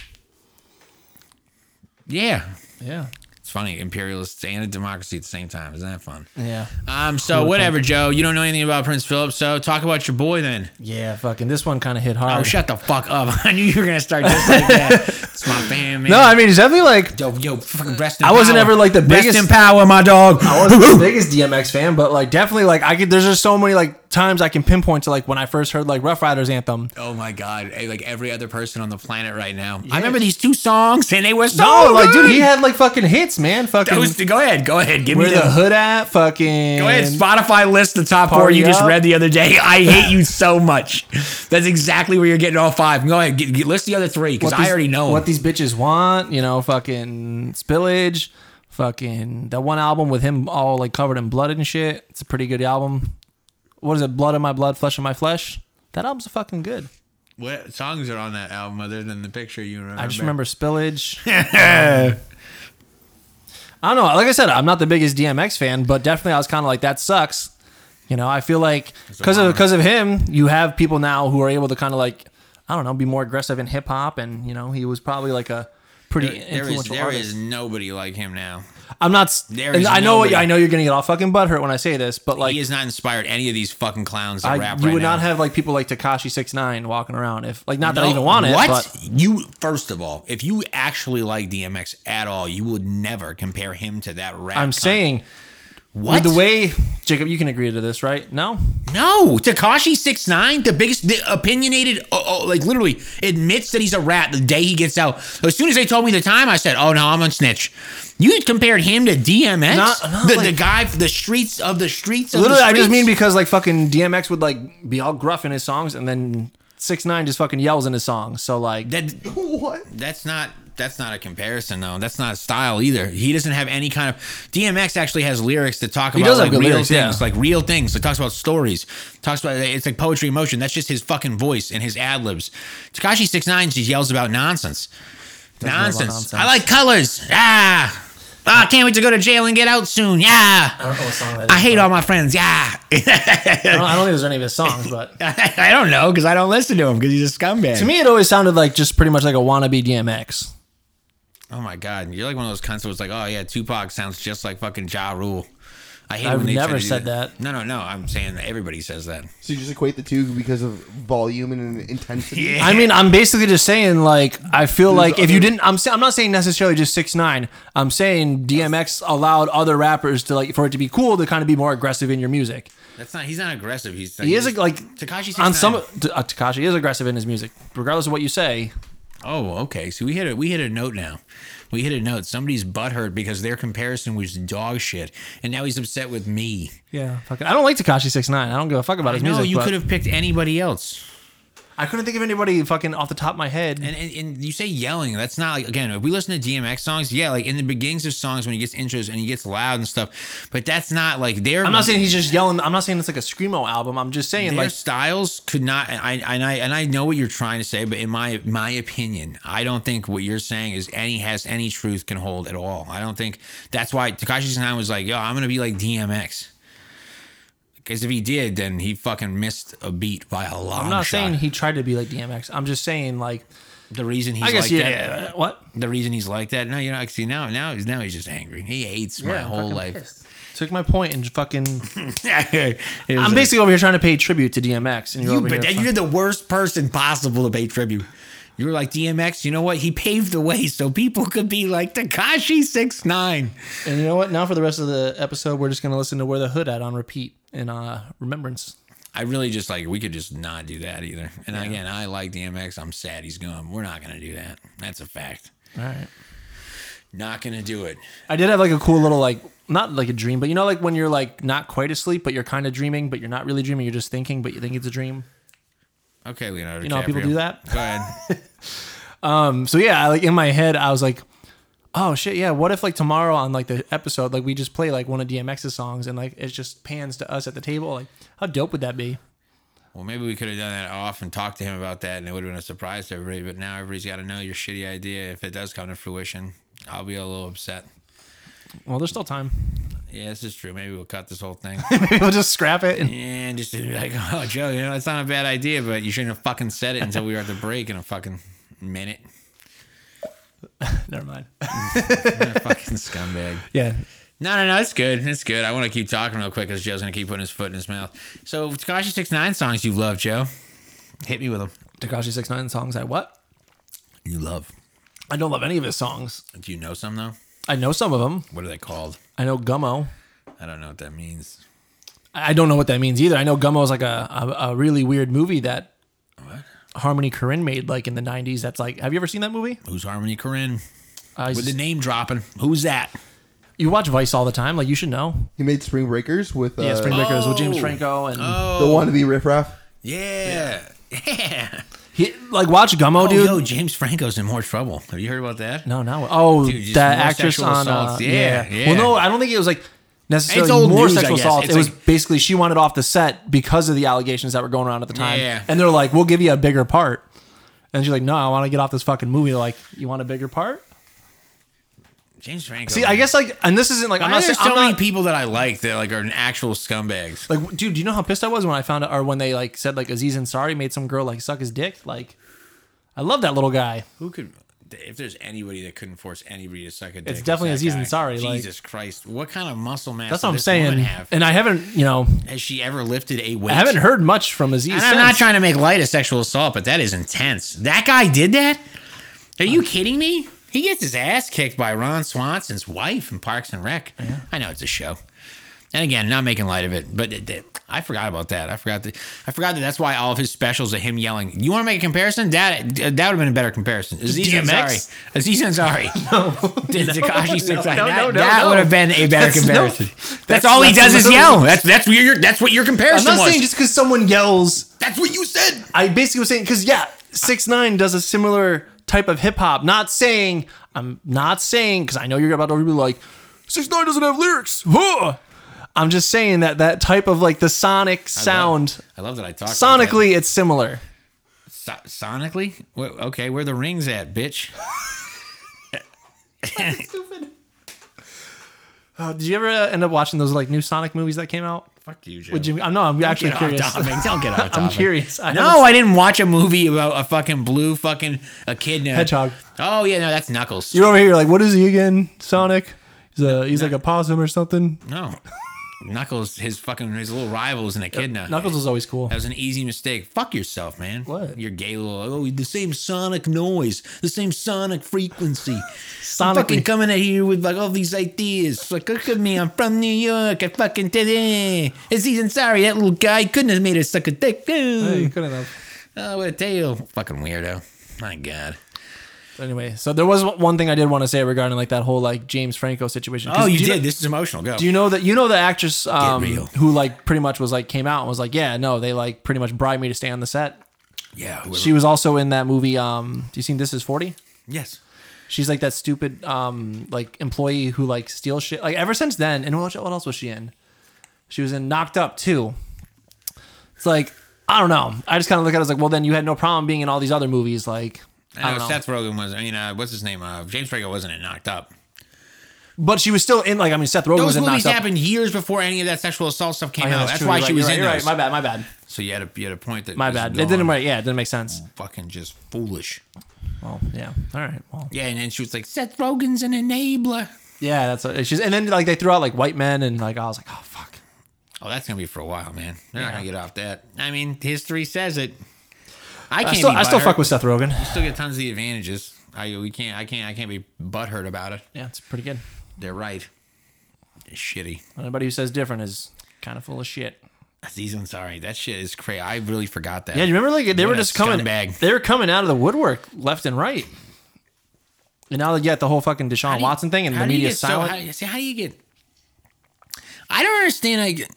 Speaker 2: yeah,
Speaker 1: Yeah.
Speaker 2: it's funny. Imperialists and a democracy at the same time. Isn't that fun?
Speaker 1: Yeah.
Speaker 2: Um. So whatever, Joe. You don't know anything about Prince Philip. So talk about your boy then.
Speaker 1: Yeah. Fucking. This one kind of hit hard.
Speaker 2: Oh, shut the fuck up! I knew you were gonna start just like that. It's my fam, man.
Speaker 1: no, I mean, it's definitely like
Speaker 2: yo, yo, fucking rest in
Speaker 1: I wasn't
Speaker 2: power.
Speaker 1: ever, like, the biggest- Oh.
Speaker 2: Rest in power, my dog.
Speaker 1: I wasn't the biggest DMX fan, but like definitely like I could. There's just so many like times I can pinpoint to like when I first heard like Rough Riders anthem.
Speaker 2: Oh my god! Hey, Like every other person on the planet right now. I remember these two songs, and they were so
Speaker 1: No, like dude,
Speaker 2: good.
Speaker 1: he had like fucking hits, man. Fucking.
Speaker 2: Oh, That was- go ahead, go ahead, give
Speaker 1: where
Speaker 2: me
Speaker 1: the
Speaker 2: the.
Speaker 1: hood at? Fucking.
Speaker 2: Go ahead, Spotify list the top four
Speaker 1: Party
Speaker 2: you just
Speaker 1: up.
Speaker 2: read the other day. I hate you so much. That's exactly where you're getting all five. Go ahead, get, get- list the other three because
Speaker 1: what
Speaker 2: I
Speaker 1: these-
Speaker 2: already know 'em.
Speaker 1: what these bitches want. You know, fucking spillage, fucking that one album with him all like covered in blood and shit. It's a pretty good album. What is it? Blood in my blood, flesh in my flesh. That album's fucking good.
Speaker 2: what songs are on that album other than the picture you remember?
Speaker 1: I just remember spillage. I don't know. Like I said, I'm not the biggest DMX fan, but definitely I was kind of like that sucks. You know, I feel like because of because of him, you have people now who are able to kind of like I don't know, be more aggressive in hip hop, and you know, he was probably like a pretty
Speaker 2: There is
Speaker 1: influential
Speaker 2: there
Speaker 1: artist.
Speaker 2: is nobody like him now.
Speaker 1: I'm not. s-
Speaker 2: there
Speaker 1: and
Speaker 2: is
Speaker 1: I know.
Speaker 2: nobody.
Speaker 1: I know you're gonna get all fucking butthurt when I say this, but like,
Speaker 2: he has not inspired any of these fucking clowns that
Speaker 1: I,
Speaker 2: rap
Speaker 1: you
Speaker 2: right
Speaker 1: would
Speaker 2: now.
Speaker 1: not have like people like Takashi Six Nine walking around if like not that
Speaker 2: No,
Speaker 1: I even want it.
Speaker 2: What?
Speaker 1: But
Speaker 2: You first of all, if you actually like DMX at all, you would never compare him to that rap.
Speaker 1: I'm
Speaker 2: cunt.
Speaker 1: saying
Speaker 2: what
Speaker 1: the way Jacob, you can agree to this, right? No,
Speaker 2: No, Takashi six nine, the biggest the opinionated, oh, oh, like literally admits that he's a rat the day he gets out. As soon as they told me the time, I said, "Oh no, I'm on snitch." You compared him to DMX,
Speaker 1: Not- not
Speaker 2: the, the
Speaker 1: like-
Speaker 2: guy, the streets of the streets. Of
Speaker 1: literally,
Speaker 2: the
Speaker 1: I just mean
Speaker 2: streets.
Speaker 1: because like fucking DMX would like be all gruff in his songs, and then Six Nine just fucking yells in his songs. So like,
Speaker 2: that
Speaker 3: What?
Speaker 2: that's not that's not a comparison though. That's not a style either. He doesn't have any kind of DMX actually has lyrics that talk about
Speaker 1: does
Speaker 2: like
Speaker 1: have
Speaker 2: real
Speaker 1: good lyrics, yeah.
Speaker 2: things, like real things. It talks about stories. Talks about it's like poetry in motion. That's just his fucking voice and his ad libs. Takashi six nine just yells about nonsense.
Speaker 1: yell about
Speaker 2: Nonsense.
Speaker 1: nonsense.
Speaker 2: I like colors. Ah. Ah, I can't wait to go to jail and get out soon. Yeah.
Speaker 1: don't know what song that
Speaker 2: I hate all my friends. Yeah.
Speaker 1: I don't, I don't think there's any of his songs, but
Speaker 2: I don't know because I don't listen to him because he's a scumbag.
Speaker 1: to me, it always sounded like just pretty much like a wannabe DMX.
Speaker 2: Oh my god, you're like one of those cunts that was like, oh yeah, Tupac sounds just like fucking Ja Rule. I hate.
Speaker 1: I've
Speaker 2: when they try
Speaker 1: never
Speaker 2: to do
Speaker 1: said that.
Speaker 2: No, no, no. I'm saying that everybody says that.
Speaker 3: So you just equate the two because of volume and intensity?
Speaker 1: I mean, I'm basically just saying, like, I feel like if you
Speaker 3: other-
Speaker 1: didn't, I'm sa- I'm not saying necessarily just six nine. I'm saying DMX allowed other rappers to like for it to be cool to kind of be more aggressive in your music.
Speaker 2: That's not. He's not aggressive. He's
Speaker 1: He is like
Speaker 2: Tekashi
Speaker 1: on
Speaker 2: 69.
Speaker 1: some. T- Uh, Takashi is aggressive in his music, regardless of what you say.
Speaker 2: Oh, okay. So we hit a we hit a note now. We hit a note. Somebody's butthurt because their comparison was dog shit, and now he's upset with me.
Speaker 1: Yeah, fucking, I don't like Takashi six nine. I don't give a fuck about his
Speaker 2: No,
Speaker 1: music.
Speaker 2: you
Speaker 1: but
Speaker 2: could have picked anybody else.
Speaker 1: I couldn't think of anybody fucking off the top of my head.
Speaker 2: And, and, and you say yelling. That's not like again. If we listen to DMX songs, yeah, like in the beginnings of songs when he gets intros and he gets loud and stuff. But that's not like they're.
Speaker 1: I'm not saying he's just yelling. I'm not saying it's like a screamo album. I'm just saying
Speaker 2: their
Speaker 1: like
Speaker 2: styles could not and I and I and I know what you're trying to say, but in my my opinion, I don't think what you're saying is any has any truth can hold at all. I don't think that's why Takashi 69 was like, yo, I'm gonna be like DMX. Because if he did, then he fucking missed a beat by a long
Speaker 1: I'm not
Speaker 2: shot.
Speaker 1: saying he tried to be like DMX. I'm just saying like
Speaker 2: the reason he's
Speaker 1: I guess
Speaker 2: like
Speaker 1: yeah.
Speaker 2: that.
Speaker 1: what?
Speaker 2: The reason he's like that. No, you know, see now now he's now he's just angry. He hates my
Speaker 1: I'm
Speaker 2: whole
Speaker 1: fucking
Speaker 2: life.
Speaker 1: pissed. Took my point and fucking.
Speaker 2: It was
Speaker 1: I'm
Speaker 2: a-
Speaker 1: basically over here trying to pay tribute to DMX, and you're
Speaker 2: You,
Speaker 1: over
Speaker 2: but
Speaker 1: here.
Speaker 2: you're the worst person possible to pay tribute. You were like DMX. You know what? He paved the way so people could be like Takashi Six Nine.
Speaker 1: fucking- and you know what? Now for the rest of the episode, we're just gonna listen to "Where the Hood At" on repeat in uh, remembrance.
Speaker 2: I really just like we could just not do that either. And again, I like DMX. I'm sad he's gone. We're not gonna do that. That's a fact.
Speaker 1: All right.
Speaker 2: Not gonna do it.
Speaker 1: I did have like a cool little like not like a dream, but you know like when you're like not quite asleep, but you're kind of dreaming, but you're not really dreaming. You're just thinking, but you think it's a dream.
Speaker 2: Okay, Leonardo.
Speaker 1: You know how people
Speaker 2: DiCaprio.
Speaker 1: do that?
Speaker 2: Go ahead.
Speaker 1: Um, so yeah, I, like in my head, I was like, oh shit, yeah. What if like tomorrow on like the episode, like we just play like one of DMX's songs, and like it just pans to us at the table. Like how dope would that be?
Speaker 2: well, maybe we could have done that off and talked to him about that, and it would have been a surprise to everybody. But now everybody's got to know your shitty idea. If it does come to fruition, I'll be a little upset.
Speaker 1: Well, there's still time.
Speaker 2: Yeah, this is true. Maybe we'll cut this whole thing.
Speaker 1: we'll just scrap it. And-
Speaker 2: And just to be like, oh, Joe, you know, that's not a bad idea, but you shouldn't have fucking said it until we were at the break in a fucking minute.
Speaker 1: Never mind.
Speaker 2: fucking scumbag.
Speaker 1: Yeah.
Speaker 2: No, no, no, it's good. It's good. I want to keep talking real quick because Joe's going to keep putting his foot in his mouth. So, Takashi Six Nine songs you love, Joe. Hit me with them.
Speaker 1: Takashi Six Nine songs I what?
Speaker 2: You love.
Speaker 1: I don't love any of his songs.
Speaker 2: Do you know some, though?
Speaker 1: I know some of them.
Speaker 2: What are they called?
Speaker 1: I know Gummo.
Speaker 2: I don't know what that means.
Speaker 1: I I don't know what that means either. I know Gummo is like a, a, a really weird movie that Harmony Korine made like in the 90s. That's like, have you ever seen that movie?
Speaker 2: Who's Harmony Korine?
Speaker 1: Uh,
Speaker 2: With the name dropping. Who's that?
Speaker 1: you watch Vice all the time. Like, you should know.
Speaker 3: He made Spring Breakers with uh,
Speaker 1: yeah, Spring Breakers with James
Speaker 2: oh.
Speaker 1: Franco. And
Speaker 3: the wannabe riffraff.
Speaker 2: Yeah. Yeah.
Speaker 1: he, like, watch Gummo,
Speaker 2: Oh,
Speaker 1: dude.
Speaker 2: yo, James Franco's in more trouble. Have you heard about that?
Speaker 1: No, no. Oh,
Speaker 2: just
Speaker 1: that
Speaker 2: more
Speaker 1: actress
Speaker 2: sexual
Speaker 1: on. Uh,
Speaker 2: assaults.
Speaker 1: yeah,
Speaker 2: Yeah, yeah.
Speaker 1: Well, no, I don't think it was like necessarily
Speaker 2: It's old
Speaker 1: more
Speaker 2: news, I
Speaker 1: sexual
Speaker 2: guess.
Speaker 1: assault.
Speaker 2: It's
Speaker 1: it was
Speaker 2: like-
Speaker 1: basically she wanted off the set because of the allegations that were going around at the time.
Speaker 2: Yeah.
Speaker 1: And they're like, "We'll give you a bigger part," and she's like, "No, I want to get off this fucking movie." They're like, "You want a bigger part?"
Speaker 2: James Franco.
Speaker 1: See, I guess like, and this isn't like I'm
Speaker 2: Why
Speaker 1: not
Speaker 2: there's
Speaker 1: saying
Speaker 2: so
Speaker 1: I'm
Speaker 2: many
Speaker 1: not-
Speaker 2: people that I like that like are actual scumbags.
Speaker 1: like, dude, do you know how pissed I was when I found out, or when they like said like Aziz Ansari made some girl like suck his dick? Like, I love that little guy.
Speaker 2: Who could if there's anybody that couldn't force anybody to suck a dick,
Speaker 1: definitely
Speaker 2: it's that
Speaker 1: Aziz
Speaker 2: guy.
Speaker 1: Ansari, like-
Speaker 2: Jesus Christ, what kind of muscle mass?
Speaker 1: That's what I'm
Speaker 2: does this woman
Speaker 1: saying.
Speaker 2: Have?
Speaker 1: And I haven't, you know,
Speaker 2: Has she ever lifted a weight?
Speaker 1: I haven't heard much from Aziz.
Speaker 2: And I'm not
Speaker 1: since.
Speaker 2: trying to make light of sexual assault, but that is intense. That guy did that? Are you kidding me? He gets his ass kicked by Ron Swanson's wife in Parks and Rec. I know it's a show. And again, not making light of it, but it, it- I forgot about that. I forgot that. I forgot that. That's why all of his specials are him yelling. You want to make a comparison? That that would have been a better comparison. Aziz
Speaker 1: DMX?
Speaker 2: Ansari. Aziz Ansari. No, Takashi
Speaker 1: no,
Speaker 2: no,
Speaker 1: no,
Speaker 2: that
Speaker 1: no,
Speaker 2: that
Speaker 1: no.
Speaker 2: would have been a better
Speaker 1: That's no-
Speaker 2: comparison. that's,
Speaker 1: that's-
Speaker 2: all he
Speaker 1: that's
Speaker 2: does is
Speaker 1: literally-
Speaker 2: yell. That's that's what your that's what your
Speaker 1: I'm
Speaker 2: comparison
Speaker 1: not
Speaker 2: was.
Speaker 1: saying just because someone yells.
Speaker 2: that's what you said.
Speaker 1: I basically was saying because yeah, six nine does a similar type of hip hop. Not saying I'm not saying because I know you're about to be like six nine doesn't have lyrics. Huh. I'm just saying that that type of like the sonic sound,
Speaker 2: I love that I talked
Speaker 1: sonically, it's similar.
Speaker 2: Like that. So- sonically, Wh- okay, where the rings at, bitch?
Speaker 1: Uh, did you ever uh, end up watching those like new Sonic movies that came out?
Speaker 2: Fuck you, Joe.
Speaker 1: Would you? I know. I'm actually
Speaker 2: Get off
Speaker 1: curious.
Speaker 2: topic. Don't get off topic.
Speaker 1: I'm curious. I
Speaker 2: No, I didn't watch a movie about a fucking blue fucking echidna.
Speaker 1: Hedgehog.
Speaker 2: Oh yeah, no, that's Knuckles.
Speaker 1: You're over here like, what is he again? Sonic? He's a he's like a possum or something.
Speaker 2: no, Knuckles, his fucking his little rival is an echidna.
Speaker 1: Knuckles was always cool.
Speaker 2: That was an easy mistake. Fuck yourself, man.
Speaker 1: What?
Speaker 2: You're gay little. Oh, the same sonic noise, the same sonic frequency.
Speaker 1: Sonically.
Speaker 2: I'm fucking coming at here with like all these ideas. Like, look at me. I'm from New York. I fucking did it. It's even sorry. That little guy couldn't have made us suck a dick.
Speaker 1: Hey,
Speaker 2: Ooh.
Speaker 1: couldn't have.
Speaker 2: Oh, what a tail. Fucking weirdo. My God.
Speaker 1: But anyway, so there was one thing I did want to say regarding like that whole like James Franco situation.
Speaker 2: Oh,
Speaker 1: 'Cause do know-
Speaker 2: this is emotional. Go.
Speaker 1: do you know that you know the actress um,
Speaker 2: real.
Speaker 1: who like pretty much was like came out and was like, yeah, no, they like pretty much bribed me to stay on the set.
Speaker 2: yeah. whoever-
Speaker 1: She was also in that movie. Um, do you seen This Is Forty?
Speaker 2: yes.
Speaker 1: She's like that stupid um like employee who like steals shit. Like ever since then, and what, what else was she in? She was in Knocked Up too. It's like I don't know. I just kind of look at it as like, well, then you had no problem being in all these other movies. Like I
Speaker 2: I
Speaker 1: don't
Speaker 2: know
Speaker 1: know,
Speaker 2: Uh, Seth Rogen was. I mean, uh, what's his name? Uh, James Franco wasn't in Knocked Up.
Speaker 1: but she was still in. Like I mean, Seth Rogen was
Speaker 2: Those
Speaker 1: in
Speaker 2: movies
Speaker 1: Knocked Up.
Speaker 2: happened years before any of that sexual assault stuff came
Speaker 1: Yeah,
Speaker 2: out. That's,
Speaker 1: true.
Speaker 2: why
Speaker 1: You're
Speaker 2: she
Speaker 1: right,
Speaker 2: was
Speaker 1: you're
Speaker 2: in
Speaker 1: right,
Speaker 2: those.
Speaker 1: you're right. My bad. My bad.
Speaker 2: So you had a you had a point that
Speaker 1: My
Speaker 2: was
Speaker 1: bad. It didn't
Speaker 2: gone
Speaker 1: work. Yeah, it didn't make sense.
Speaker 2: Fucking just foolish.
Speaker 1: Well, yeah. All right. Well,
Speaker 2: Yeah, and then she was like, Seth Rogen's an enabler.
Speaker 1: yeah. That's what she's. And then like they threw out like white men, and like I was like, oh fuck.
Speaker 2: Oh, that's gonna be for a while, man. They're not gonna get off that. I mean, history says it. I
Speaker 1: I
Speaker 2: can't.
Speaker 1: still,
Speaker 2: be
Speaker 1: I still
Speaker 2: butthurt.
Speaker 1: fuck with Seth Rogen.
Speaker 2: Still get tons of the advantages. I we can't. I can't. I can't be butthurt about it.
Speaker 1: Yeah, it's pretty good.
Speaker 2: They're right. It's shitty.
Speaker 1: Anybody who says different is kind of full of shit.
Speaker 2: Aziz Ansari. That shit is crazy. I really forgot that.
Speaker 1: Yeah, you remember like they
Speaker 2: What
Speaker 1: were
Speaker 2: a
Speaker 1: just coming
Speaker 2: scumbag.
Speaker 1: they were coming out of the woodwork left and right. And now you got the whole fucking Deshaun
Speaker 2: How do you-
Speaker 1: Watson thing and
Speaker 2: how
Speaker 1: the
Speaker 2: do you
Speaker 1: media
Speaker 2: get so-
Speaker 1: silent.
Speaker 2: how- see, how do you get? I don't understand. Like,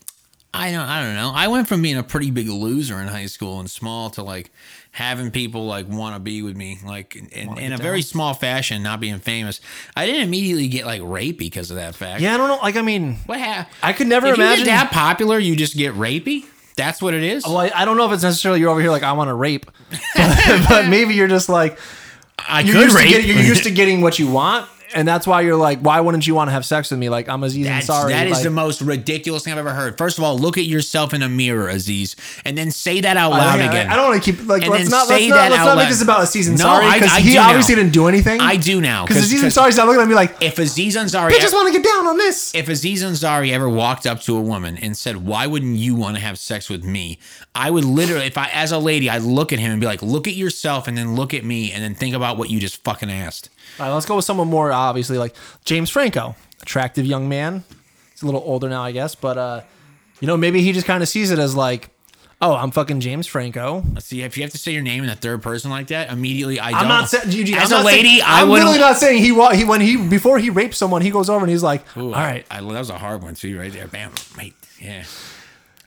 Speaker 2: I don't. I don't know. I went from being a pretty big loser in high school and small to like having people like want to be with me, like in, in a very small fashion, not being famous. I didn't immediately get like rapey because of that fact.
Speaker 1: yeah, I don't know. Like I mean,
Speaker 2: What happened?
Speaker 1: I could never
Speaker 2: if
Speaker 1: imagine-
Speaker 2: you get that popular, you just get rapey. That's what it is.
Speaker 1: well, I, I don't know if it's necessarily you're over here like I want to rape, but, but maybe you're just like
Speaker 2: I
Speaker 1: you're used, to getting, you're used to getting what you want, and that's why you're like, why wouldn't you want to have sex with me? Like I'm Aziz
Speaker 2: That's,
Speaker 1: Ansari.
Speaker 2: that is
Speaker 1: like,
Speaker 2: the most ridiculous thing I've ever heard. First of all, look at yourself in a mirror, Aziz, and then say that out loud
Speaker 1: I, I-
Speaker 2: again.
Speaker 1: I don't want to keep like
Speaker 2: And
Speaker 1: let's
Speaker 2: then
Speaker 1: not let's
Speaker 2: say
Speaker 1: not,
Speaker 2: that
Speaker 1: let's
Speaker 2: out
Speaker 1: not make
Speaker 2: loud.
Speaker 1: this about Aziz Ansari
Speaker 2: No, I-
Speaker 1: because
Speaker 2: I
Speaker 1: he
Speaker 2: do
Speaker 1: obviously
Speaker 2: now.
Speaker 1: didn't do anything.
Speaker 2: I do now
Speaker 1: because Aziz Ansari's not looking at me like
Speaker 2: If Aziz Ansari,
Speaker 1: bitches want to get down on this.
Speaker 2: if Aziz Ansari ever walked up to a woman and said, "Why wouldn't you want to have sex with me?" I would literally, if I, as a lady, I'd look at him and be like, "Look at yourself, and then look at me, and then think about what you just fucking asked."
Speaker 1: All right, let's go with someone more obviously like James Franco, attractive young man. He's a little older now, I guess, but uh, you know, maybe he just kind of sees it as like, oh, I'm fucking James Franco.
Speaker 2: See, if you have to say your name in the third person like that, immediately I don't.
Speaker 1: I'm not saying Eugene,
Speaker 2: as
Speaker 1: I'm
Speaker 2: a
Speaker 1: not
Speaker 2: lady,
Speaker 1: saying,
Speaker 2: I
Speaker 1: am
Speaker 2: wouldn't.
Speaker 1: literally not saying he wa- he when he before he rapes someone, he goes over and he's like,
Speaker 2: Ooh,
Speaker 1: all right,
Speaker 2: I, I- that was a hard one too, right there. Bam, mate. Yeah.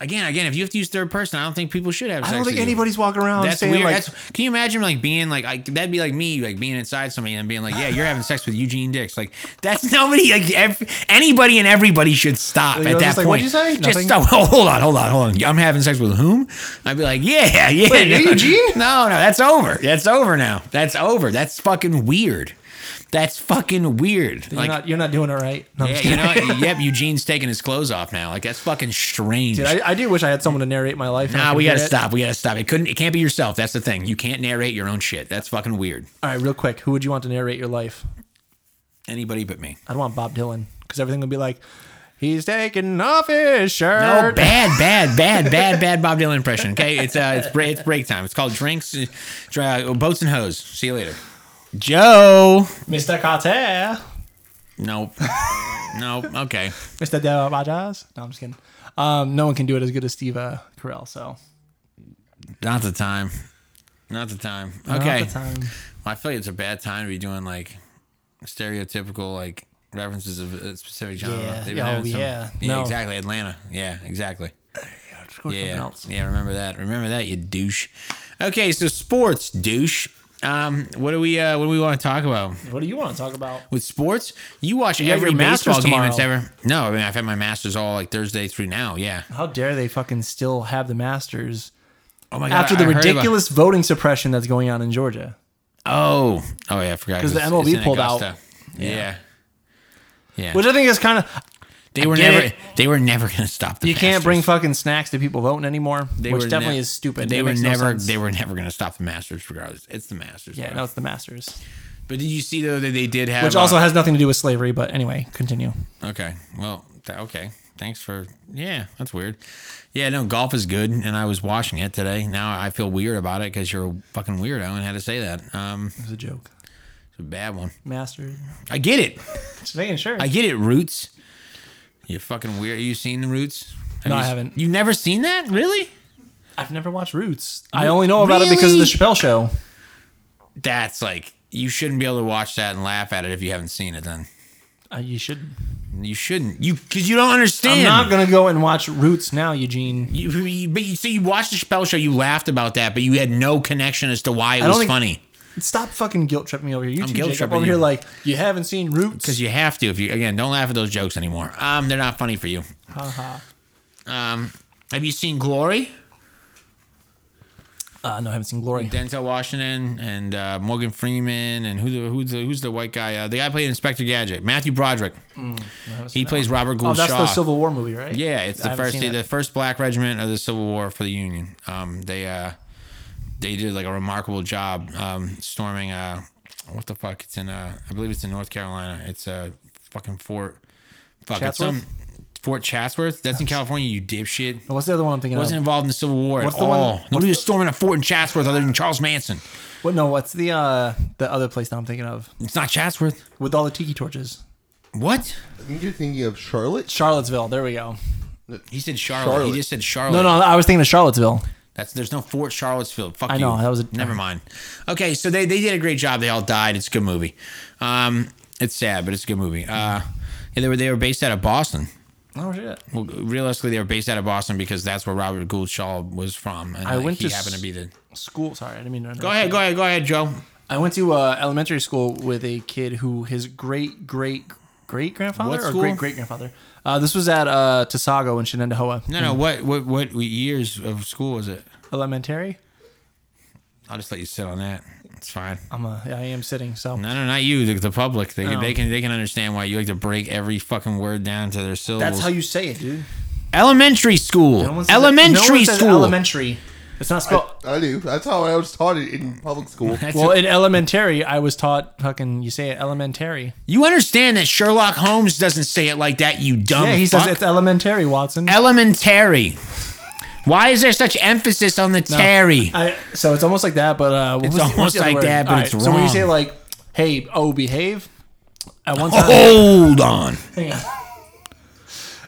Speaker 2: Again, again, if you have to use third person, I don't think people should have.
Speaker 1: I
Speaker 2: sex
Speaker 1: don't
Speaker 2: with
Speaker 1: think
Speaker 2: you.
Speaker 1: anybody's walking around
Speaker 2: That's
Speaker 1: saying
Speaker 2: weird.
Speaker 1: like,
Speaker 2: That's, can you imagine like being like I, that'd be like me like being inside somebody and being like, yeah, you're having sex with Eugene Dix. Like that's nobody. Like ev- anybody and everybody should stop
Speaker 1: Like,
Speaker 2: at
Speaker 1: you're
Speaker 2: that
Speaker 1: just like,
Speaker 2: point.
Speaker 1: "What'd you say?
Speaker 2: Just
Speaker 1: Nothing?"
Speaker 2: stop. Oh, hold on, hold on, hold on. I'm having sex with whom? I'd be like, yeah, yeah.
Speaker 1: Wait, Eugene?
Speaker 2: No, no, that's over. That's over now. That's over. That's fucking weird. That's fucking weird.
Speaker 1: You're
Speaker 2: Like,
Speaker 1: not you're not doing it right. No, I'm
Speaker 2: yeah,
Speaker 1: just
Speaker 2: you
Speaker 1: kidding.
Speaker 2: know, yep, Eugene's taking his clothes off now. Like that's fucking strange.
Speaker 1: Dude, I, I do wish I had someone to narrate my life. and I
Speaker 2: Nah,
Speaker 1: could
Speaker 2: we
Speaker 1: hear
Speaker 2: gotta
Speaker 1: it.
Speaker 2: stop. We gotta stop. It couldn't. It can't be yourself. That's the thing. You can't narrate your own shit. That's fucking weird.
Speaker 1: All right, real quick, who would you want to narrate your life?
Speaker 2: Anybody but me.
Speaker 1: I'd want Bob Dylan because everything would be like, he's taking off his
Speaker 2: Oh,
Speaker 1: shirt.
Speaker 2: bad, bad, bad, bad, bad Bob Dylan impression. Okay, it's uh, it's break, it's break time. It's called drinks, uh, dry, boats and hose. See you later, Joe.
Speaker 1: Mr. Carter,
Speaker 2: Nope. nope. Okay.
Speaker 1: Mr. De Rogers. No, I'm just kidding. Um, no one can do it as good as Steve uh, Carell. So
Speaker 2: Not the time. Not the time.
Speaker 1: Not
Speaker 2: Okay.
Speaker 1: the time.
Speaker 2: I feel like it's a bad time to be doing like stereotypical like references of a specific genre.
Speaker 1: Yeah.
Speaker 2: They've been
Speaker 1: Oh,
Speaker 2: having some-
Speaker 1: yeah.
Speaker 2: Yeah.
Speaker 1: No.
Speaker 2: Exactly. Atlanta. Yeah. Exactly.
Speaker 1: Score something
Speaker 2: Yeah.
Speaker 1: else.
Speaker 2: Yeah. Remember that. Remember that. You douche. Okay. So sports douche. Um. What do we uh What do we want to talk about
Speaker 1: What do you want to talk about?
Speaker 2: with sports? You watch
Speaker 1: got
Speaker 2: every
Speaker 1: your
Speaker 2: baseball
Speaker 1: Masters
Speaker 2: game that's
Speaker 1: tomorrow.
Speaker 2: ever. No. I mean, I've had my masters all like Thursday through now. Yeah.
Speaker 1: How dare they fucking still have the Masters
Speaker 2: Oh my
Speaker 1: after
Speaker 2: I-
Speaker 1: the
Speaker 2: I heard about-
Speaker 1: ridiculous voting suppression that's going on in Georgia?
Speaker 2: Oh, oh yeah, I forgot.
Speaker 1: 'Cause the
Speaker 2: It's-
Speaker 1: MLB
Speaker 2: it's in
Speaker 1: pulled out.
Speaker 2: Augusta. Yeah. yeah,
Speaker 1: Which I think is kind of
Speaker 2: they were
Speaker 1: get
Speaker 2: never.
Speaker 1: it.
Speaker 2: They were never going to stop the.
Speaker 1: you can't
Speaker 2: Masters.
Speaker 1: bring fucking snacks to people voting anymore,
Speaker 2: They
Speaker 1: which
Speaker 2: were
Speaker 1: definitely
Speaker 2: ne-
Speaker 1: is stupid.
Speaker 2: They
Speaker 1: It
Speaker 2: were
Speaker 1: makes no
Speaker 2: never.
Speaker 1: sense.
Speaker 2: they were never going to stop the Masters, regardless. It's the Masters.
Speaker 1: yeah,
Speaker 2: bro.
Speaker 1: no, it's the Masters,
Speaker 2: But did you see though that they did have?
Speaker 1: which also
Speaker 2: uh,
Speaker 1: has nothing to do with slavery. But anyway, continue.
Speaker 2: Okay. Well. Th- okay. Thanks for. Yeah, that's weird. Yeah, no, golf is good, and I was watching it today. Now I feel weird about it because you're a fucking weirdo and had to say that. Um,
Speaker 1: It was a joke.
Speaker 2: it's a bad one.
Speaker 1: Masters,
Speaker 2: I get it.
Speaker 1: just making sure.
Speaker 2: I get it, Roots. You fucking weird. You seen the Roots? Have
Speaker 1: No,
Speaker 2: you
Speaker 1: I
Speaker 2: s-
Speaker 1: haven't.
Speaker 2: You never seen that? Really?
Speaker 1: I've never watched Roots. I only know about it because of the
Speaker 2: Really?
Speaker 1: Chappelle Show.
Speaker 2: That's like you shouldn't be able to watch that and laugh at it if you haven't seen it. Then
Speaker 1: Uh, you should.
Speaker 2: you shouldn't. You because you don't understand.
Speaker 1: I'm not gonna go and watch Roots now, Eugene.
Speaker 2: you, you, but you, so you watched the Chappelle show, you laughed about that, but you had no connection as to why it
Speaker 1: don't
Speaker 2: was
Speaker 1: think-
Speaker 2: funny.
Speaker 1: Stop fucking guilt tripping me over here. You two
Speaker 2: guilt
Speaker 1: Jacob
Speaker 2: tripping
Speaker 1: over here
Speaker 2: you.
Speaker 1: like you haven't seen Roots.
Speaker 2: Because you have to. If you again, don't laugh at those jokes anymore. Um, they're not funny for you. Um, have you seen Glory?
Speaker 1: Uh, no, I haven't seen Glory.
Speaker 2: Denzel Washington and uh, Morgan Freeman and who the, who's the who's the white guy? Uh, the guy played Inspector Gadget, Matthew Broderick.
Speaker 1: Mm,
Speaker 2: he plays Robert
Speaker 1: Oh,
Speaker 2: Gould
Speaker 1: that's
Speaker 2: Shaw.
Speaker 1: the Civil War movie, right?
Speaker 2: yeah, it's
Speaker 1: I
Speaker 2: the
Speaker 1: haven't
Speaker 2: first
Speaker 1: seen it.
Speaker 2: the first black regiment of the Civil War for the Union. Um, they uh, they did like a remarkable job um, storming uh, what the fuck? It's in uh, I believe it's in North Carolina. It's uh, fucking Fort fuck it's
Speaker 1: Chatsworth?
Speaker 2: some Fort Chatsworth. That's in California. You dipshit.
Speaker 1: What's the other one I'm thinking
Speaker 2: Wasn't
Speaker 1: of?
Speaker 2: involved in the Civil War
Speaker 1: What's
Speaker 2: at
Speaker 1: the one-
Speaker 2: all.
Speaker 1: what's
Speaker 2: Nobody was storming a fort in Chatsworth other than Charles Manson.
Speaker 1: What? No, what's the uh the other place that I'm thinking of
Speaker 2: It's not Chatsworth.
Speaker 1: with all the tiki torches?
Speaker 2: What?
Speaker 3: I think you're thinking of Charlotte.
Speaker 1: Charlottesville. There we go.
Speaker 2: He said Charlotte. He
Speaker 3: Charlotte.
Speaker 2: just said Charlotte.
Speaker 1: No, no, I was thinking of Charlottesville.
Speaker 2: That's there's no Fort Charlottesville. Fuck
Speaker 1: I know,
Speaker 2: you.
Speaker 1: that was a-
Speaker 2: never mind. Okay, so they, they did a great job. They all died. It's a good movie. Um, it's sad, but it's a good movie. Uh, yeah, they were they were based out of Boston.
Speaker 1: Oh shit.
Speaker 2: Well, realistically, they were based out of Boston because that's where Robert Gould Shaw was from, and
Speaker 1: I
Speaker 2: like,
Speaker 1: went
Speaker 2: he
Speaker 1: to
Speaker 2: happened
Speaker 1: s-
Speaker 2: to be the.
Speaker 1: School. Sorry, I didn't mean to.
Speaker 2: Go ahead, go ahead, go ahead, Joe.
Speaker 1: I went to uh, elementary school with a kid who his great great great
Speaker 2: What
Speaker 1: grandfather or
Speaker 2: school?
Speaker 1: great great grandfather. Uh, this was at uh, Tosago in Shenandoah
Speaker 2: No, no, what what what years of school was it?
Speaker 1: Elementary.
Speaker 2: I'll just let you sit on that. It's fine.
Speaker 1: I'm a, I am sitting. So
Speaker 2: No, no, not you. The, the public.
Speaker 1: Oh.
Speaker 2: They, they can they can understand why you like to break every fucking word down to their syllables.
Speaker 1: that's how you say it, dude.
Speaker 2: elementary school.
Speaker 1: No one says- no
Speaker 2: elementary
Speaker 1: one says
Speaker 2: school.
Speaker 1: Elementary. It's not spelled.
Speaker 3: I do. That's how I was taught it in public school.
Speaker 2: That's
Speaker 1: well,
Speaker 2: a-
Speaker 1: in elementary, I was taught fucking. You say it elementary.
Speaker 2: you understand that Sherlock Holmes doesn't say it like that. You dumb.
Speaker 1: yeah, he
Speaker 2: fuck.
Speaker 1: says it's elementary, Watson.
Speaker 2: elementary. Why is there such emphasis on the terry?
Speaker 1: I, so it's almost like that, but uh, what
Speaker 2: It's
Speaker 1: was the- what's
Speaker 2: almost
Speaker 1: the other
Speaker 2: like
Speaker 1: word?
Speaker 2: that, but it's
Speaker 1: So when you
Speaker 2: wrong.
Speaker 1: say like, "Hey, oh, behave," at one time,
Speaker 2: Hold on.
Speaker 1: hang on.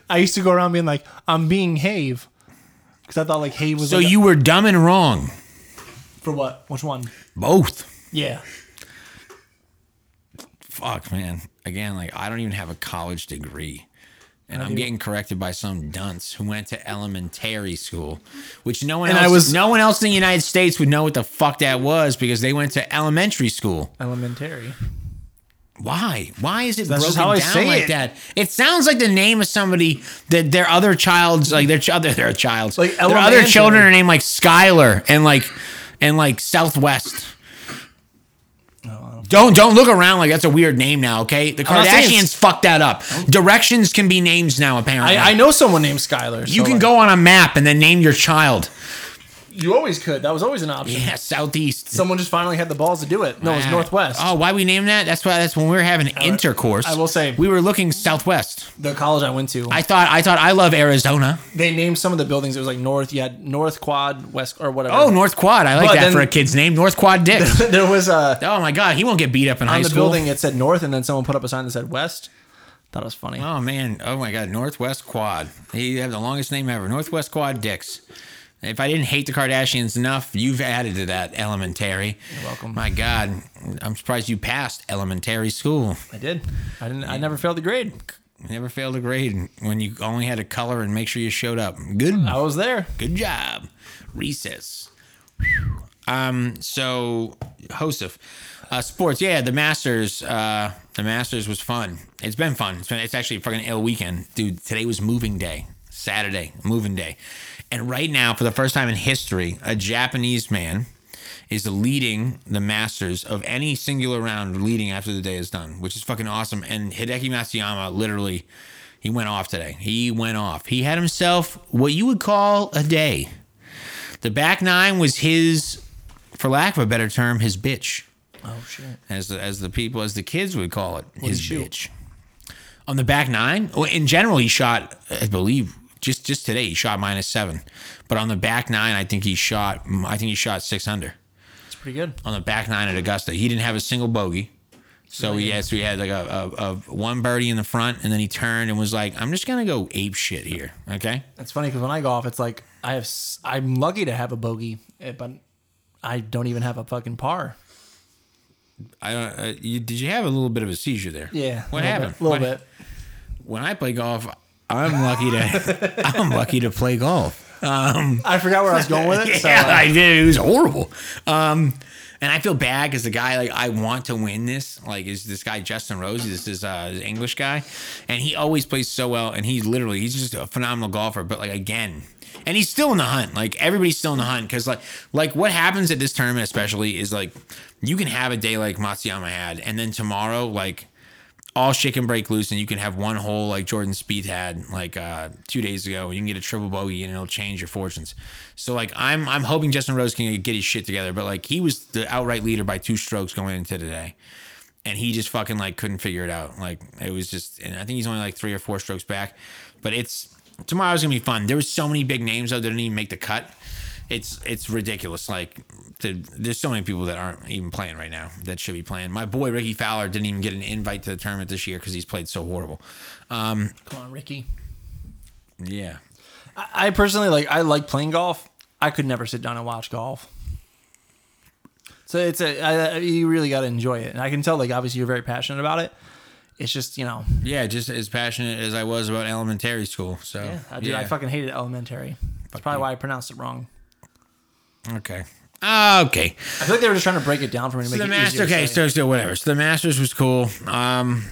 Speaker 1: I used to go around being like, "I'm being have," because I thought like "have" was
Speaker 2: So
Speaker 1: like a-
Speaker 2: you were dumb and wrong.
Speaker 1: for what? Which one?
Speaker 2: Both.
Speaker 1: Yeah,
Speaker 2: Fuck, man. Again, like I don't even have a college degree. And I'm getting corrected by some dunce who went to elementary school, which no one
Speaker 1: And
Speaker 2: else
Speaker 1: I was-
Speaker 2: no one else in the United States would know what the fuck that was because they went to elementary school.
Speaker 1: elementary.
Speaker 2: Why? Why is it
Speaker 1: That's
Speaker 2: broken
Speaker 1: just how I
Speaker 2: down
Speaker 1: say
Speaker 2: like
Speaker 1: it.
Speaker 2: that? It sounds like the name of somebody that their other child's like their other their child's
Speaker 1: Like
Speaker 2: their other
Speaker 1: elementary.
Speaker 2: children are named like Skylar and like and like Southwest. Don't don't look around like that's a weird name now. Okay, the
Speaker 1: Oh, I'm not saying it's-
Speaker 2: Kardashians fucked that up. Directions can be names now. Apparently,
Speaker 1: I, I know someone named Skylar.
Speaker 2: you
Speaker 1: so,
Speaker 2: can
Speaker 1: like,
Speaker 2: go on a map and then name your child.
Speaker 1: You always could. That was always an option.
Speaker 2: Yeah, southeast.
Speaker 1: Someone just finally had the balls to do it. No, it's
Speaker 2: Ah.
Speaker 1: Northwest.
Speaker 2: Oh, why we named that? That's why. That's when we were having intercourse.
Speaker 1: I will say-
Speaker 2: we were looking southwest.
Speaker 1: The college I went to.
Speaker 2: I thought. I thought I love Arizona.
Speaker 1: they named some of the buildings. It was like North. You had North Quad, West, or whatever.
Speaker 2: Oh, North Quad. I like
Speaker 1: But
Speaker 2: that
Speaker 1: then-
Speaker 2: for a kid's name. North Quad Dick.
Speaker 1: there was a
Speaker 2: oh my God, he won't get beat up in high
Speaker 1: on the
Speaker 2: school.
Speaker 1: building. It said North, and then someone put up a sign that said West. Thought it was funny.
Speaker 2: Oh man. Oh my God, Northwest Quad. He have the longest name ever. Northwest Quad Dicks. If I didn't hate the Kardashians enough, you've added to that elementary. You're
Speaker 1: welcome.
Speaker 2: My God, I'm surprised you passed elementary school.
Speaker 1: I did. I didn't. I never failed the grade.
Speaker 2: You never failed a grade when you only had to color and make sure you showed up. Good
Speaker 1: I was there.
Speaker 2: Good job. Recess. Whew. Um, so Joseph. Uh, sports, yeah, the Masters. Uh, the Masters was fun. It's been fun. It's been it's actually a fucking ill weekend. Dude, today was moving day. Saturday, moving day. And right now, for the first time in history, a Japanese man is leading the Masters of any singular round leading after the day is done, which is fucking awesome. And Hideki Matsuyama literally he went off today. He went off. He had himself what you would call a day. The back nine was his, for lack of a better term, his bitch,
Speaker 1: Oh shit.
Speaker 2: as the, as the people, as the kids would call it, his
Speaker 1: shoot?
Speaker 2: bitch. On the back nine, well, in general, he shot, I believe, just just today he shot minus seven, but on the back nine, I think he shot, I think he shot six under
Speaker 1: It's pretty good.
Speaker 2: on the back nine at Augusta. He didn't have a single bogey. So he had, so he had like a, a, a one birdie in the front, and then he turned and was like, "I'm just gonna go ape shit here." Okay,
Speaker 1: It's funny because when I golf, it's like I have. s- I'm lucky to have a bogey, eh, but I don't even have a fucking par.
Speaker 2: I don't. Uh, you, did you have a little bit of a seizure there?
Speaker 1: Yeah.
Speaker 2: What
Speaker 1: a little
Speaker 2: happened?
Speaker 1: Bit, a little
Speaker 2: What-
Speaker 1: bit.
Speaker 2: When I play golf, I'm lucky to. I'm lucky to play golf.
Speaker 1: I forgot where I was going with it. So
Speaker 2: yeah,
Speaker 1: uh,
Speaker 2: I did. It was horrible. Um, and I feel bad because the guy, like, I want to win this. Like, is this guy Justin Rose? This is uh, this English guy, and he always plays so well. And he's literally, he's just a phenomenal golfer. But like again, and he's still in the hunt. Like everybody's still in the hunt because like, like what happens at this tournament especially is like, you can have a day like Matsuyama had, and then tomorrow like all shit can break loose and you can have one hole like Jordan Spieth had like uh, two days ago. You can get a triple bogey and it'll change your fortunes. So like I'm I'm hoping Justin Rose can get his shit together, but like he was the outright leader by two strokes going into today, and he just fucking like couldn't figure it out. Like it was just, and I think he's only like three or four strokes back, but it's tomorrow's gonna be fun. There was so many big names though that didn't even make the cut. It's it's ridiculous. Like the, there's so many people that aren't even playing right now that should be playing. My boy Ricky Fowler didn't even get an invite to the tournament this year because he's played so horrible. Um,
Speaker 1: come on, Ricky.
Speaker 2: yeah,
Speaker 1: I personally like I like playing golf. I could never sit down and watch golf. So it's a I, I- you really got to enjoy it, and I can tell like obviously you're very passionate about it. It's just you know,
Speaker 2: yeah, just as passionate as I was about elementary school. So
Speaker 1: yeah,
Speaker 2: yeah,
Speaker 1: dude, I fucking hated elementary. That's probably why I pronounced it wrong.
Speaker 2: okay.
Speaker 1: I
Speaker 2: Okay.
Speaker 1: feel like they were just trying to break it down for me to
Speaker 2: So
Speaker 1: make
Speaker 2: the
Speaker 1: it
Speaker 2: Masters,
Speaker 1: easier. to
Speaker 2: okay,
Speaker 1: say.
Speaker 2: so still whatever. So the Masters was cool. Um,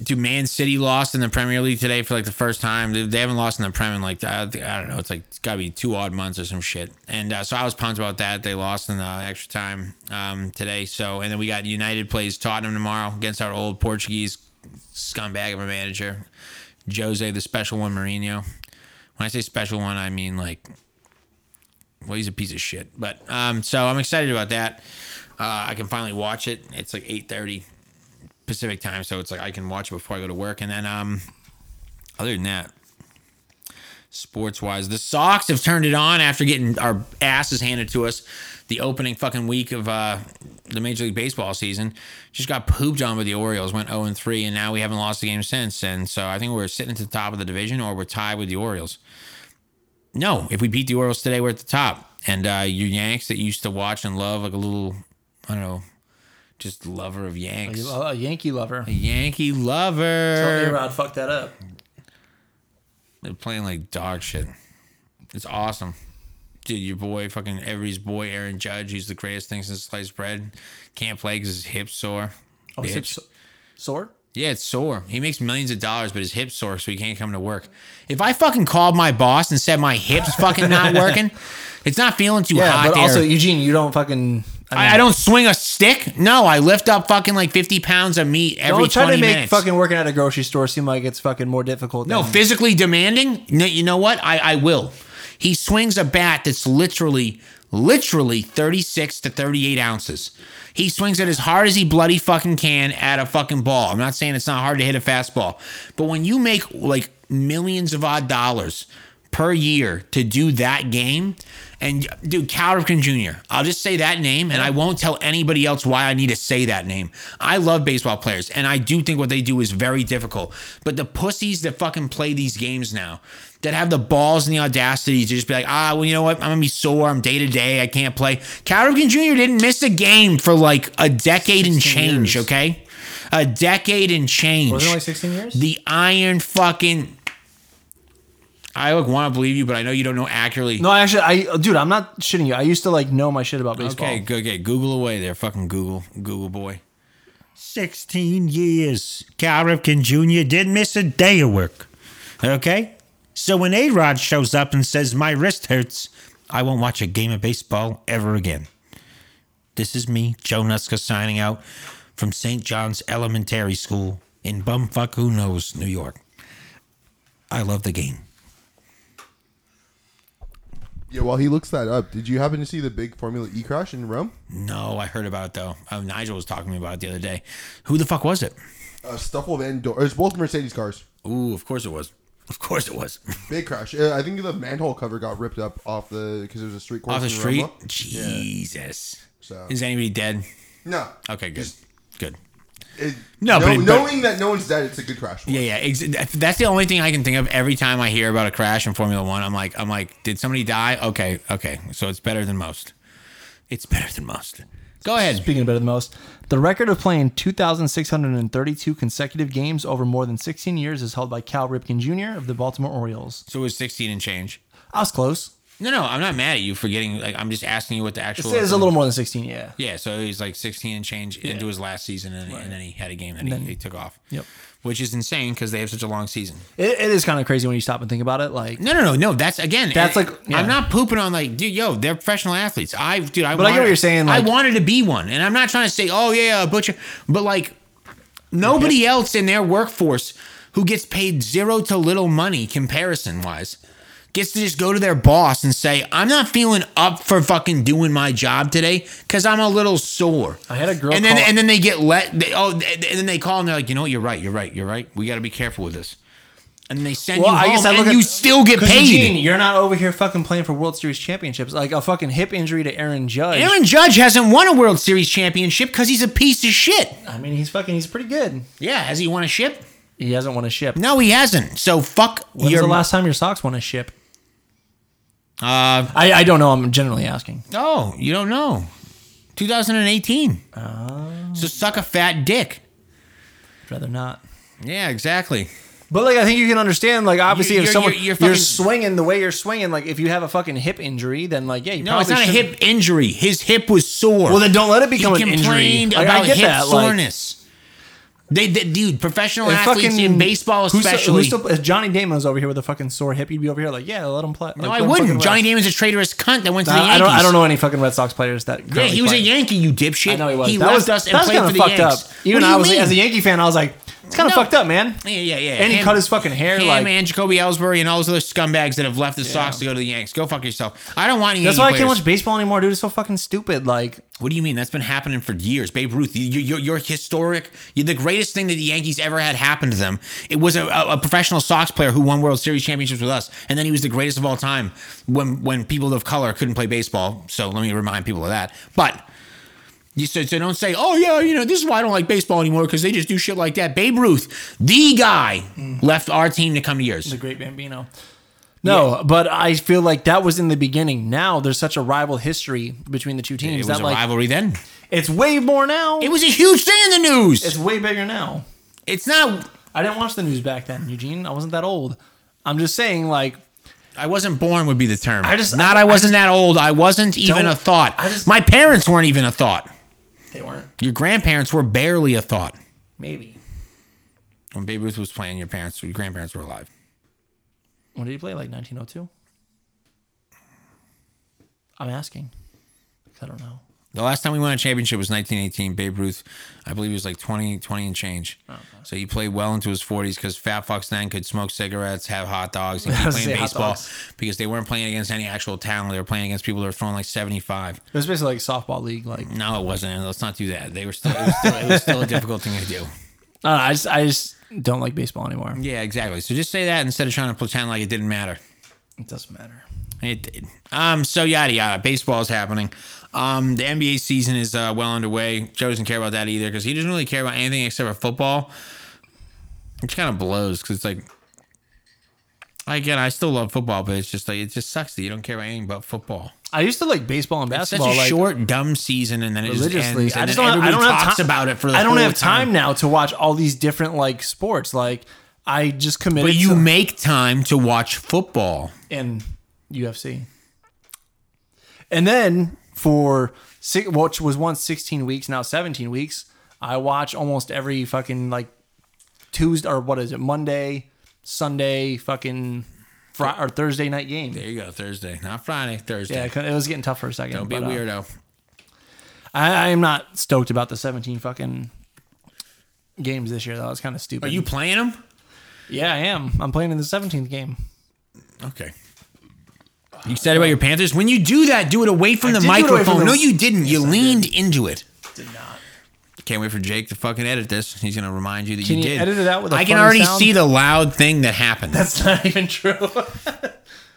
Speaker 2: dude, Man City lost in the Premier League today for like the first time. They, they haven't lost in the Prem in like I, think- I don't know. It's like it's got to be two odd months or some shit. And uh, so I was pumped about that. They lost in the extra time um, today. So and then we got United plays Tottenham tomorrow against our old Portuguese scumbag of a manager, Jose, the special one, Mourinho. When I say special one, I mean like well, he's a piece of shit. But um, so I'm excited about that. Uh, I can finally watch it. It's like 8:30 Pacific time, so it's like I can watch it before I go to work. And then, um, other than that, sports wise, the Sox have turned it on after getting our asses handed to us the opening fucking week of uh, the Major League Baseball season. Just got pooped on by the Orioles, went 0 3, and now we haven't lost a game since. And so I think we're sitting at the top of the division or we're tied with the Orioles. No, if we beat the Orioles today, we're at the top. And uh, your Yanks that you used to watch and love, like a little, I don't know, just lover of Yanks.
Speaker 1: You- uh, a Yankee lover.
Speaker 2: Yankee lover.
Speaker 1: Rod fucked that up.
Speaker 2: They're playing like dog shit. It's awesome. Dude, your boy, fucking everybody's boy, Aaron Judge, he's the greatest thing since sliced bread. Can't play because his hip's sore.
Speaker 1: Oh,
Speaker 2: Bitch.
Speaker 1: so- so- sword.
Speaker 2: Yeah, it's sore. He makes millions of dollars, but his hip's sore, so he can't come to work. If I fucking called my boss and said my hip's fucking not working, it's not feeling too
Speaker 1: Yeah,
Speaker 2: hot
Speaker 1: but
Speaker 2: there.
Speaker 1: also Eugene, you don't fucking.
Speaker 2: I, I don't swing a stick. No, I lift up fucking like 50 pounds of meat every
Speaker 1: Don't try
Speaker 2: 20
Speaker 1: to make
Speaker 2: minutes.
Speaker 1: fucking working at a grocery store seem like it's fucking more difficult.
Speaker 2: no,
Speaker 1: than-
Speaker 2: physically demanding. No, you know what? I, I will. He swings a bat that's literally, literally 36 to 38 ounces. He swings it as hard as he bloody fucking can at a fucking ball. I'm not saying it's not hard to hit a fastball, but when you make like millions of odd dollars per year to do that game. And dude, Cal Ripken Jr. I'll just say that name, and I won't tell anybody else why I need to say that name. I love baseball players, and I do think what they do is very difficult. But the pussies that fucking play these games now, that have the balls and the audacity to just be like, ah, well, you know what? I'm gonna be sore. I'm day to day. I can't play. Cal Ripken Jr. didn't miss a game for like a decade and
Speaker 1: 16
Speaker 2: change.
Speaker 1: years.
Speaker 2: Okay, a decade and change.
Speaker 1: Was it only 16 years?
Speaker 2: The iron fucking. I like want to believe you, but I know you don't know accurately.
Speaker 1: No, I actually, I dude, I'm not shitting you. I used to like know my shit about baseball.
Speaker 2: okay, go okay. Google away there, fucking Google, Google boy. Sixteen years, Cal Ripken Jr. didn't miss a day of work. Okay, so when A Rod shows up and says my wrist hurts, I won't watch a game of baseball ever again. This is me, Joe Nuska, signing out from St. John's Elementary School in bumfuck who knows New York. I love the game.
Speaker 3: Yeah, while he looks that up, did you happen to see the big Formula E crash in Rome?
Speaker 2: No, I heard about it though. Um, Nigel was talking to me about it the other day. Who the fuck was it?
Speaker 3: Uh, Stuffle Van Dorn. It's both Mercedes cars.
Speaker 2: Ooh, of course it was. Of course it was.
Speaker 3: Big crash. Uh, I think the manhole cover got ripped up off the because there was a street course
Speaker 2: Off the
Speaker 3: in
Speaker 2: street.
Speaker 3: Roma.
Speaker 2: Jesus.
Speaker 3: So-
Speaker 2: Is anybody dead?
Speaker 3: No.
Speaker 2: Okay, good.
Speaker 3: Just-
Speaker 2: Good.
Speaker 3: It,
Speaker 2: No,
Speaker 3: no,
Speaker 2: but it- but-
Speaker 3: knowing that no one's dead, it's a good crash.
Speaker 2: Yeah, yeah. Ex- that's the only thing I can think of every time I hear about a crash in Formula One. I'm like, I'm like, did somebody die? Okay, okay. So it's better than most. It's better than most. Go ahead.
Speaker 1: Speaking of better than most, the record of playing 2,632 consecutive games over more than 16 years is held by Cal Ripken Jr. of the Baltimore Orioles.
Speaker 2: So it was 16 and change.
Speaker 1: I was close.
Speaker 2: No, no, I'm not mad at you for getting. Like, I'm just asking you what the
Speaker 1: It
Speaker 2: actual.
Speaker 1: says a little more than 16, yeah.
Speaker 2: Yeah, so he's like 16 and change into his last season, and, and then he had a game that he, he took off.
Speaker 1: Yep.
Speaker 2: Which is insane because they have such a long season.
Speaker 1: It, it is kind of crazy when you stop and think about it. Like,
Speaker 2: No, no, no, no. That's again.
Speaker 1: That's
Speaker 2: and
Speaker 1: like- yeah.
Speaker 2: I'm not pooping on like, dude, yo, they're professional athletes. I, dude, I.
Speaker 1: But I get what you're saying,
Speaker 2: I
Speaker 1: like-
Speaker 2: wanted to be one, and I'm not trying to say, oh yeah, a butcher, but like, nobody else in their workforce who gets paid zero to little money comparison wise gets to just go to their boss and say, I'm not feeling up for fucking doing my job today because I'm a little sore.
Speaker 1: I had a girl
Speaker 2: and then
Speaker 1: call-
Speaker 2: and then they get let. They, oh, and then they call and they're like, you know what, you're right, you're right, you're right. We got to be careful with this. And they send
Speaker 1: Well,
Speaker 2: you
Speaker 1: I
Speaker 2: home,
Speaker 1: guess I look
Speaker 2: and
Speaker 1: at-
Speaker 2: you still get paid.
Speaker 1: Eugene, you're not over here fucking playing for World Series championships. Like a fucking hip injury to Aaron Judge.
Speaker 2: Aaron Judge hasn't won a World Series championship because he's a piece of shit.
Speaker 1: I mean, he's fucking, he's pretty good.
Speaker 2: Yeah, has he won a ship?
Speaker 1: He hasn't won a ship.
Speaker 2: No, he hasn't. So fuck
Speaker 1: When's
Speaker 2: your
Speaker 1: the last time your socks won a ship?
Speaker 2: Uh,
Speaker 1: I, I don't know. I'm generally asking.
Speaker 2: oh, you don't know. 2018.
Speaker 1: Oh.
Speaker 2: So suck a fat dick.
Speaker 1: I'd rather not.
Speaker 2: Yeah, exactly.
Speaker 1: But like, I think you can understand. Like, obviously, if
Speaker 2: You're- you're-
Speaker 1: someone
Speaker 2: you're-
Speaker 1: you're,
Speaker 2: you're fucking-
Speaker 1: swinging the way you're swinging, like if you have a fucking hip injury, then like, yeah, you
Speaker 2: No,
Speaker 1: probably
Speaker 2: it's not a
Speaker 1: shouldn't-
Speaker 2: hip injury. His hip was sore.
Speaker 1: Well, then don't let it
Speaker 2: he
Speaker 1: become an injury.
Speaker 2: complained
Speaker 1: Like,
Speaker 2: about
Speaker 1: I get
Speaker 2: hip
Speaker 1: that. Like,
Speaker 2: soreness. they, they, dude, professional
Speaker 1: if
Speaker 2: athletes in baseball
Speaker 1: who's so- who's
Speaker 2: especially.
Speaker 1: so- if Johnny Damon's over here with a fucking sore hip, you'd be over here like, yeah, let him play.
Speaker 2: no, I wouldn't. Johnny Damon's a traitorous cunt that went to the
Speaker 1: I, I
Speaker 2: Yankees.
Speaker 1: don't. I don't know any fucking Red Sox players that.
Speaker 2: Yeah,
Speaker 1: currently
Speaker 2: he was
Speaker 1: play.
Speaker 2: a Yankee, you dipshit.
Speaker 1: I know he was.
Speaker 2: left
Speaker 1: was,
Speaker 2: us and
Speaker 1: that was
Speaker 2: played
Speaker 1: kinda
Speaker 2: for the
Speaker 1: fucked
Speaker 2: Yanks.
Speaker 1: up. Even
Speaker 2: What do
Speaker 1: I
Speaker 2: you
Speaker 1: was
Speaker 2: mean?
Speaker 1: as a Yankee fan, I was like, it's kind of
Speaker 2: No.
Speaker 1: fucked up, man.
Speaker 2: Yeah, yeah, yeah.
Speaker 1: And he cut his fucking hair,
Speaker 2: Him
Speaker 1: like-
Speaker 2: and Jacoby Ellsbury and all those other scumbags that have left the Sox to go to the Yanks. Go fuck yourself. I don't want any.
Speaker 1: That's
Speaker 2: Yankee
Speaker 1: why I
Speaker 2: players.
Speaker 1: can't watch baseball anymore, dude. It's so fucking stupid. Like,
Speaker 2: What do you mean? That's been happening for years. Babe Ruth, you, you, you're historic. You're the greatest thing that the Yankees ever had happen to them. It was a, a, a professional Sox player who won World Series championships with us, and then he was the greatest of all time when when people of color couldn't play baseball. So let me remind people of that. But you so, so don't say, oh yeah, you know this is why I don't like baseball anymore because they just do shit like that. Babe Ruth, the guy,
Speaker 1: Mm.
Speaker 2: left our team to come to yours.
Speaker 1: the great Bambino. No, but I feel like that was in the beginning. Now there's such a rival history between the two teams
Speaker 2: It was
Speaker 1: that
Speaker 2: a
Speaker 1: like
Speaker 2: rivalry then.
Speaker 1: it's way more now.
Speaker 2: It was a huge thing in the news.
Speaker 1: it's way bigger now.
Speaker 2: it's not.
Speaker 1: I didn't watch the news back then, Eugene. I wasn't that old. I'm just saying, like,
Speaker 2: I wasn't born would be the term. I
Speaker 1: just-
Speaker 2: not. I, wasn't that old. I wasn't even a thought.
Speaker 1: I just-
Speaker 2: My parents weren't even a thought.
Speaker 1: they weren't.
Speaker 2: Your grandparents were barely a thought.
Speaker 1: Maybe.
Speaker 2: When Babe Ruth was playing, your parents, your grandparents were alive.
Speaker 1: When did he play? Like 1902. I'm asking. 'Cause I don't know.
Speaker 2: The last time we won a championship was 1918. Babe Ruth, I believe he was like 20, 20 and change.
Speaker 1: Oh,
Speaker 2: So he played well into his 40s because Fat Fox then could smoke cigarettes, have hot dogs, and
Speaker 1: I
Speaker 2: keep
Speaker 1: was gonna
Speaker 2: playing
Speaker 1: say hot
Speaker 2: baseball
Speaker 1: dogs.
Speaker 2: because they weren't playing against any actual talent. They were playing against people that were throwing like 75.
Speaker 1: It was basically like softball league. Like I,
Speaker 2: No, it wasn't. Let's not do that. They were still. It was still, it was still a difficult thing to do.
Speaker 1: don't know, Uh, I just I just don't like baseball anymore.
Speaker 2: Yeah, exactly. So just say that instead of trying to pretend like it didn't matter.
Speaker 1: It doesn't matter.
Speaker 2: It did. Um, so yada yada. Baseball's happening. Um, the NBA season is uh, well underway. Joe doesn't care about that either because he doesn't really care about anything except for football, which kind of blows because it's like. Again, I still love football, but it's just like it just sucks that you don't care about anything but football.
Speaker 1: I used to like baseball and
Speaker 2: It's such a
Speaker 1: basketball. like,
Speaker 2: short, dumb season, and then it just
Speaker 1: religiously.
Speaker 2: ends. And
Speaker 1: I just
Speaker 2: then
Speaker 1: don't. I
Speaker 2: everybody
Speaker 1: don't have
Speaker 2: talks
Speaker 1: time
Speaker 2: about it for. The
Speaker 1: I don't
Speaker 2: whole
Speaker 1: have time, now to watch all these different like sports. Like I just committed.
Speaker 2: But you
Speaker 1: to,
Speaker 2: make time to watch football.
Speaker 1: and UFC, and then for six, which was once sixteen weeks, now seventeen weeks. I watch almost every fucking like Tuesday or what is it Monday, Sunday, fucking Friday or Thursday night game.
Speaker 2: There you go, Thursday, not Friday,
Speaker 1: Yeah,
Speaker 2: Thursday.
Speaker 1: it was getting tough for a second.
Speaker 2: don't be a
Speaker 1: but, uh,
Speaker 2: weirdo.
Speaker 1: I, I am not stoked about the 17 fucking games this year, though. It's kind of stupid.
Speaker 2: Are you playing them?
Speaker 1: Yeah, I am. I'm playing in the 17th game.
Speaker 2: Okay. You excited about your Panthers? When you do that, do it away from the
Speaker 1: did do it away
Speaker 2: microphone.
Speaker 1: from the-
Speaker 2: no, you didn't. You leaned into it.
Speaker 1: Did not.
Speaker 2: Can't wait for Jake to fucking edit this. He's gonna remind you that
Speaker 1: Can
Speaker 2: you
Speaker 1: you
Speaker 2: did.
Speaker 1: edit it out with a
Speaker 2: I can
Speaker 1: funny
Speaker 2: already
Speaker 1: sound?
Speaker 2: see the loud thing that happened.
Speaker 1: That's not even true.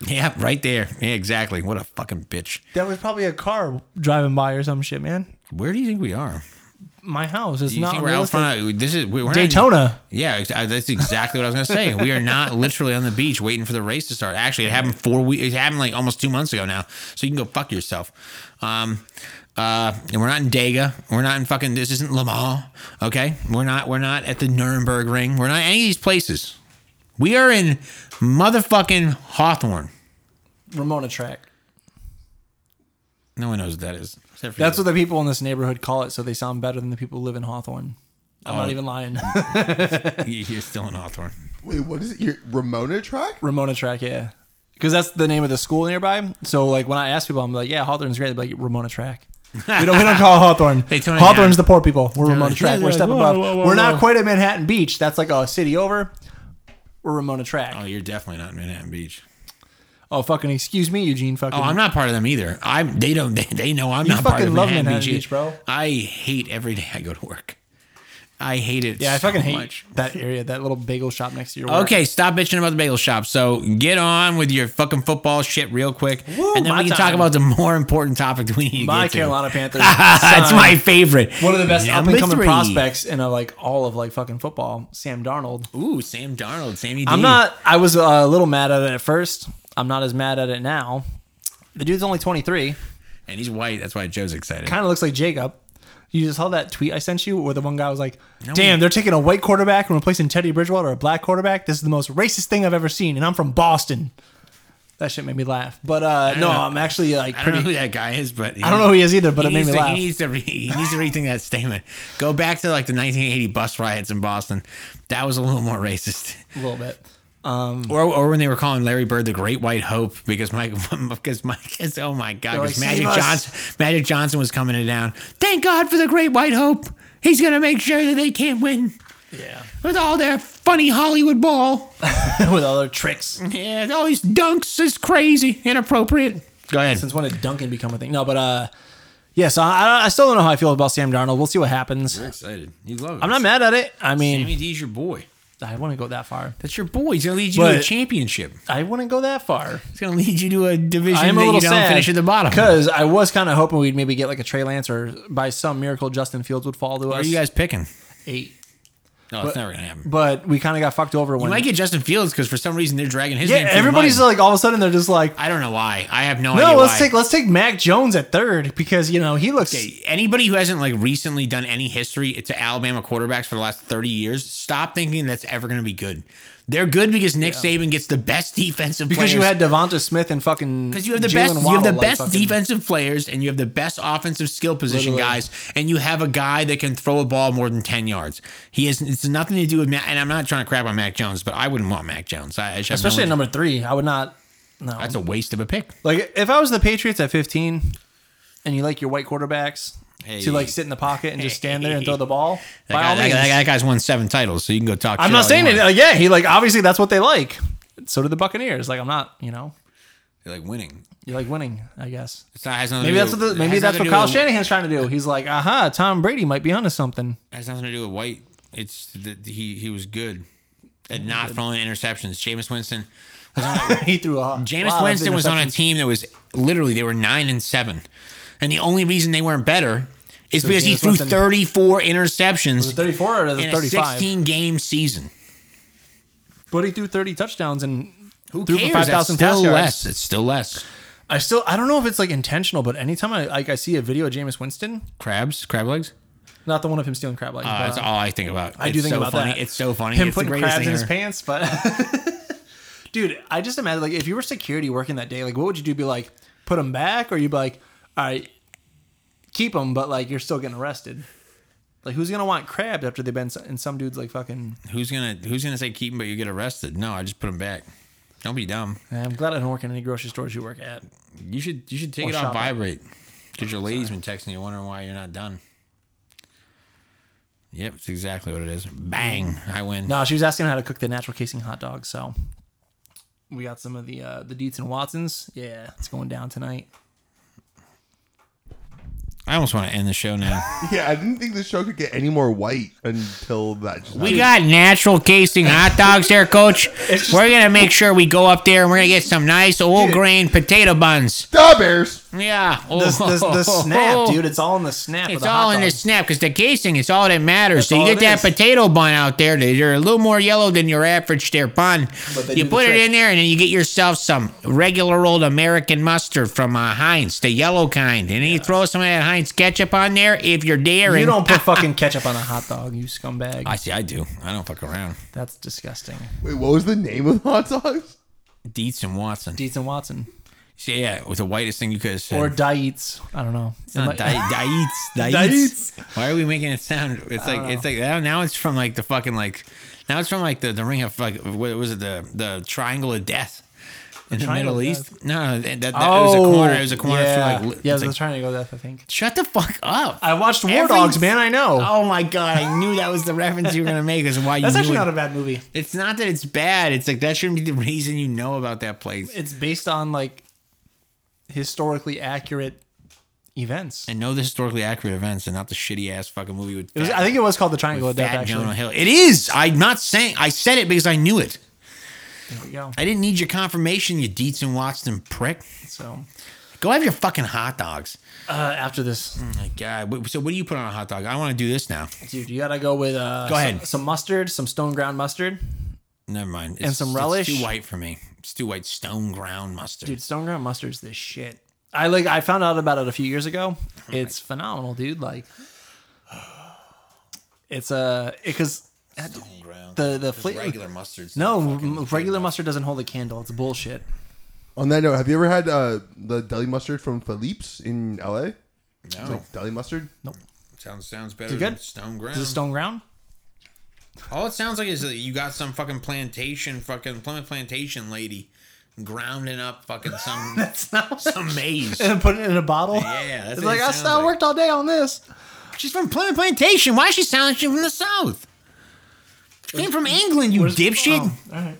Speaker 2: yeah, right there. Yeah, exactly. What a fucking bitch.
Speaker 1: that was probably a car driving by or some shit, man.
Speaker 2: Where do you think we are?
Speaker 1: My house is
Speaker 2: Do you
Speaker 1: not
Speaker 2: think we're out
Speaker 1: realistic.
Speaker 2: front? Of, this is we're not-
Speaker 1: Daytona.
Speaker 2: Yeah, ex- I- that's exactly what I was gonna say. We are not literally on the beach waiting for the race to start. Actually, it happened four weeks. It happened like almost two months ago now. So you can go fuck yourself. Um, uh, and we're not in Dega. We're not in fucking. This isn't Le Mans. Okay, we're not. We're not at the Nuremberg Ring. We're not any of these places. We are in motherfucking Hawthorne.
Speaker 1: Ramona track.
Speaker 2: No one knows what that is. Except for
Speaker 1: That's
Speaker 2: you.
Speaker 1: what the people in this neighborhood call it, so they sound better than the people who live in Hawthorne. I'm not even lying.
Speaker 2: You- you're still in Hawthorne.
Speaker 3: Wait, what is it? Your Ramona track?
Speaker 1: Ramona track, yeah. Because that's the name of the school nearby. So, like, when I ask people, I'm like, yeah, Hawthorne's great. They're like, Ramona track. We don't, we don't call it Hawthorne.
Speaker 2: They tone it
Speaker 1: Hawthorne's
Speaker 2: down.
Speaker 1: the poor people. We're Ramona
Speaker 2: like,
Speaker 1: Track.
Speaker 2: yeah,
Speaker 1: We're a
Speaker 2: they're
Speaker 1: step
Speaker 2: like, whoa,
Speaker 1: above.
Speaker 2: whoa, whoa,
Speaker 1: We're not
Speaker 2: whoa.
Speaker 1: quite at Manhattan Beach. That's like a city over. We're Ramona Track.
Speaker 2: Oh, you're definitely not in Manhattan Beach.
Speaker 1: Oh, fucking excuse me, Eugene. Fucking.
Speaker 2: Oh, I'm not part of them either. I'm. They don't. They, they know I'm not part
Speaker 1: fucking
Speaker 2: of
Speaker 1: love
Speaker 2: Manhattan,
Speaker 1: Manhattan
Speaker 2: Beach,
Speaker 1: Beach, bro.
Speaker 2: I hate every day I go to work. I hate it.
Speaker 1: yeah, I
Speaker 2: so
Speaker 1: fucking hate
Speaker 2: much.
Speaker 1: that area. That little bagel shop next to your. Work.
Speaker 2: Okay, stop bitching about the bagel shop. So get on with your fucking football shit real quick,
Speaker 1: Woo,
Speaker 2: and then
Speaker 1: my
Speaker 2: we can talk
Speaker 1: time.
Speaker 2: about the more important topic that we need.
Speaker 1: My
Speaker 2: to get to.
Speaker 1: Carolina Panthers.
Speaker 2: That's
Speaker 1: signed
Speaker 2: my favorite.
Speaker 1: One of the best up
Speaker 2: Number
Speaker 1: and coming
Speaker 2: three.
Speaker 1: prospects in a, like all of like fucking football. Sam Darnold.
Speaker 2: Ooh, Sam Darnold, Sammy. D.
Speaker 1: I'm not. I was uh, a little mad at it at first. I'm not as mad at it now. The dude's only 23.
Speaker 2: and he's white. That's why Joe's excited.
Speaker 1: kind of looks like Jacob. You just saw that tweet I sent you where the one guy was like, "Damn, they're taking a white quarterback and replacing Teddy Bridgewater, a black quarterback. This is the most racist thing I've ever seen, and I'm from Boston." That shit made me laugh. But uh, no,
Speaker 2: know.
Speaker 1: I'm actually like
Speaker 2: I don't know
Speaker 1: pretty.
Speaker 2: who that guy is, but
Speaker 1: I don't know who he is either, but it
Speaker 2: he
Speaker 1: made
Speaker 2: needs
Speaker 1: me
Speaker 2: to,
Speaker 1: laugh.
Speaker 2: He needs, to re- he needs to rethink that statement. Go back to like the 1980 bus riots in Boston. That was a little more racist.
Speaker 1: A little bit. Mm.
Speaker 2: Or, or when they were calling Larry Bird the Great White Hope because Mike because Mike because oh my god
Speaker 1: They're
Speaker 2: because
Speaker 1: like,
Speaker 2: Magic
Speaker 1: "Save us."
Speaker 2: Johnson Magic Johnson was coming it down. Thank God for the Great White Hope. He's gonna make sure that they can't win
Speaker 1: Yeah,
Speaker 2: with all their funny Hollywood ball.
Speaker 1: with all their tricks.
Speaker 2: Yeah, all these dunks is crazy, inappropriate. Go ahead.
Speaker 1: Since when did Duncan become a thing? No, but uh, yeah. So I, I still don't know how I feel about Sam Darnold. We'll see what happens.
Speaker 2: excited. You love it.
Speaker 1: I'm not mad at it. I mean,
Speaker 2: Sammy D's your boy.
Speaker 1: I wouldn't go that far.
Speaker 2: That's your boy. He's gonna lead you to a
Speaker 1: But-
Speaker 2: championship.
Speaker 1: I wouldn't go that far.
Speaker 2: It's gonna lead you to a division
Speaker 1: I am
Speaker 2: that
Speaker 1: a
Speaker 2: you
Speaker 1: little
Speaker 2: don't
Speaker 1: sad
Speaker 2: finish at the bottom.
Speaker 1: because I was kind of hoping we'd maybe get like a Trey Lance or by some miracle Justin Fields would fall to
Speaker 2: Where are
Speaker 1: us.
Speaker 2: you guys picking?
Speaker 1: eight?
Speaker 2: No, it's never gonna happen.
Speaker 1: But we kind of got fucked over when.
Speaker 2: You might get Justin Fields because for some reason they're dragging his
Speaker 1: yeah,
Speaker 2: name. through
Speaker 1: everybody's
Speaker 2: mud.
Speaker 1: like all of a sudden they're just like,
Speaker 2: I don't know why. I have no, idea.
Speaker 1: no, let's
Speaker 2: why.
Speaker 1: take let's take Mac Jones at third because you know he looks.
Speaker 2: Anybody who hasn't like recently done any history to Alabama quarterbacks for the last thirty years, stop thinking that's ever going to be good. They're good because Nick Saban gets the best defensive
Speaker 1: Because
Speaker 2: players.
Speaker 1: you had Devonta Smith and fucking
Speaker 2: because you have the
Speaker 1: Jalen
Speaker 2: best you have
Speaker 1: Waddle,
Speaker 2: the
Speaker 1: like,
Speaker 2: best
Speaker 1: fucking-
Speaker 2: defensive players and you have the best offensive skill position
Speaker 1: Literally.
Speaker 2: guys and you have a guy that can throw a ball more than 10 yards. He has it's nothing to do with Matt and I'm not trying to crap on Mac Jones, but I wouldn't want Mac Jones. I, I should have
Speaker 1: especially at
Speaker 2: known-
Speaker 1: number three. I would not. No,
Speaker 2: that's a waste of a pick.
Speaker 1: like if I was the Patriots at fifteen, and you like your white quarterbacks
Speaker 2: Hey.
Speaker 1: to like sit in the pocket and just stand there and throw the ball,
Speaker 2: That,
Speaker 1: by
Speaker 2: guy,
Speaker 1: all
Speaker 2: that,
Speaker 1: means,
Speaker 2: guy- that guy's won seven titles, so you can go talk.
Speaker 1: I'm
Speaker 2: shit all
Speaker 1: not
Speaker 2: you
Speaker 1: saying it.
Speaker 2: want.
Speaker 1: Uh, yeah, he like obviously that's what they like. So do the Buccaneers. Like I'm not, you know,
Speaker 2: They like winning.
Speaker 1: you like winning, I guess.
Speaker 2: It's not, has nothing
Speaker 1: Maybe
Speaker 2: to
Speaker 1: that's
Speaker 2: do
Speaker 1: what
Speaker 2: with-
Speaker 1: the,
Speaker 2: it
Speaker 1: maybe
Speaker 2: has
Speaker 1: that's
Speaker 2: nothing
Speaker 1: what
Speaker 2: to do
Speaker 1: Kyle
Speaker 2: with-
Speaker 1: Shanahan's trying to do. He's like, aha, Tom Brady might be onto something.
Speaker 2: It has nothing to do with white. It's that he he was good at not throwing interceptions. Jameis Winston.
Speaker 1: he threw a
Speaker 2: Jameis
Speaker 1: lot of
Speaker 2: Winston was on a
Speaker 1: interceptions.
Speaker 2: team that was literally they were nine and seven, and the only reason they weren't better is because he
Speaker 1: Jameis
Speaker 2: threw
Speaker 1: Winston-
Speaker 2: 34 interceptions
Speaker 1: 34 out of the
Speaker 2: in a
Speaker 1: 35.
Speaker 2: 16 game season.
Speaker 1: But he threw 30 touchdowns and
Speaker 2: Who
Speaker 1: threw
Speaker 2: cares?
Speaker 1: for 5,000
Speaker 2: That's
Speaker 1: pass
Speaker 2: still
Speaker 1: yards.
Speaker 2: less. It's still less.
Speaker 1: I still I don't know if it's like intentional, but anytime I like I see a video of Jameis Winston,
Speaker 2: Crabs, crab legs.
Speaker 1: not the one of him stealing crab legs.
Speaker 2: Uh,
Speaker 1: but,
Speaker 2: that's
Speaker 1: uh,
Speaker 2: all I think about.
Speaker 1: I do think
Speaker 2: so
Speaker 1: about
Speaker 2: funny.
Speaker 1: that.
Speaker 2: It's so funny.
Speaker 1: Him
Speaker 2: it's
Speaker 1: putting
Speaker 2: the greatest
Speaker 1: crabs
Speaker 2: thing
Speaker 1: in his
Speaker 2: ever.
Speaker 1: pants, but dude, I just imagine like if you were security working that day, like what would you do? Be like, put him back, or you'd be like, all right, keep him, but like you're still getting arrested. Like who's gonna want crabs after they've been in some dude's like fucking?
Speaker 2: Who's gonna Who's gonna say keep him, but you get arrested? No, I just put him back. Don't be dumb.
Speaker 1: I'm glad I don't work in any grocery stores you work at.
Speaker 2: You should you should take
Speaker 1: Or
Speaker 2: it off
Speaker 1: shop it.
Speaker 2: vibrate. Because your lady's been texting you wondering why you're not done. Yep, it's exactly what it is. Bang. I win.
Speaker 1: No, she was asking how to cook the natural casing hot dog, so we got some of the uh, the Deets and Watsons. Yeah, it's going down tonight.
Speaker 2: I almost want to end the show now.
Speaker 3: Yeah, I didn't think the show could get any more white until that. Just
Speaker 2: we got natural casing hot dogs there, coach. we're gonna make sure we go up there and we're gonna get some nice old grain potato buns.
Speaker 3: Da Bears.
Speaker 2: Yeah.
Speaker 1: The, the, the snap, dude. It's all in the snap. of
Speaker 2: It's
Speaker 1: the
Speaker 2: all
Speaker 1: hot
Speaker 2: in
Speaker 1: dog.
Speaker 2: the snap because the casing is all that matters. so
Speaker 1: all
Speaker 2: you
Speaker 1: it
Speaker 2: get that
Speaker 1: is.
Speaker 2: potato bun out there. that They're a little more yellow than your average there bun.
Speaker 1: But they do
Speaker 2: You
Speaker 1: the
Speaker 2: put it
Speaker 1: trick.
Speaker 2: in there and then you get yourself some regular old American mustard from uh, Heinz, the yellow kind. And then you throw some of that Heinz ketchup on there if you're daring.
Speaker 1: You don't put fucking ketchup on a hot dog, you scumbag.
Speaker 2: I see. I do. I don't fuck around.
Speaker 1: That's disgusting.
Speaker 3: Wait, what was the name of the hot dogs?
Speaker 2: Dietz and Watson.
Speaker 1: Dietz and Watson
Speaker 2: See, yeah, it was the whitest thing you could have said.
Speaker 1: or Dietz. I don't know. It
Speaker 2: Not
Speaker 1: might-
Speaker 2: Di- Dietz. Dietz. Why are we making it sound? It's like it's like now, now it's from like the fucking like now it's from like the, the ring of like what was it the the triangle of death in the,
Speaker 1: Triangle
Speaker 2: Middle
Speaker 1: of
Speaker 2: East? No, that, that, that-
Speaker 1: Oh,
Speaker 2: it was a corner. It was a corner.
Speaker 1: Yeah,
Speaker 2: From like, li-
Speaker 1: yeah.
Speaker 2: it's
Speaker 1: I was
Speaker 2: like,
Speaker 1: trying to go death. I think
Speaker 2: shut the fuck up.
Speaker 1: I watched War
Speaker 2: Every-
Speaker 1: Dogs, man. I know.
Speaker 2: Oh my god! I knew that was the reference you were gonna make. Is why you.
Speaker 1: That's
Speaker 2: knew
Speaker 1: actually
Speaker 2: it.
Speaker 1: not a bad movie.
Speaker 2: It's not that it's bad. It's like that shouldn't be the reason you know about that place.
Speaker 1: It's based on like historically accurate events.
Speaker 2: and know the historically accurate events and not the shitty ass fucking movie with.
Speaker 1: It was, I think it was called The Triangle of Death.
Speaker 2: Fat
Speaker 1: Actually,
Speaker 2: Jonah Hill. It is. I'm not saying. I said it because I knew it.
Speaker 1: there we go.
Speaker 2: I didn't need your confirmation, you Dietz and Watson prick.
Speaker 1: So
Speaker 2: Go have your fucking hot dogs.
Speaker 1: uh, after this,
Speaker 2: Oh my God. Wait, So what do you put on a hot dog? I want to do this now.
Speaker 1: dude, you gotta go with uh,
Speaker 2: Go
Speaker 1: some-
Speaker 2: ahead.
Speaker 1: Some mustard, some stone ground mustard,
Speaker 2: Never mind. It's,
Speaker 1: some
Speaker 2: it's
Speaker 1: relish?
Speaker 2: too white for me. It's too white. Stone ground mustard.
Speaker 1: dude. Stone ground mustard's this shit. I like. I found out about it a few years ago.
Speaker 2: Oh
Speaker 1: It's phenomenal, dude. Like, it's a uh, because
Speaker 2: Stone ground.
Speaker 1: the the flavor.
Speaker 2: regular mustard's
Speaker 1: No,
Speaker 2: not fucking-
Speaker 1: m- regular mustard doesn't hold a candle. It's bullshit.
Speaker 3: On that note, have you ever had uh, the deli mustard from Philippe's in LA?
Speaker 2: No.
Speaker 3: Like deli mustard?
Speaker 2: Sounds sounds better
Speaker 1: Is it
Speaker 2: than
Speaker 1: good?
Speaker 2: stone ground.
Speaker 1: Is it stone ground?
Speaker 2: All it sounds like is that you got some fucking plantation, fucking Plymouth plantation lady, grounding up fucking some
Speaker 1: That's not.
Speaker 2: some maize.
Speaker 1: And put it in a bottle.
Speaker 2: yeah, that's
Speaker 1: it's
Speaker 2: what
Speaker 1: like
Speaker 2: it
Speaker 1: I,
Speaker 2: sounds
Speaker 1: I
Speaker 2: like. Oh,
Speaker 1: worked all day on this.
Speaker 2: She's from Plymouth Plantation. Why does she sound like she's from the South? She came from England, you dipshit.
Speaker 1: Oh, all right.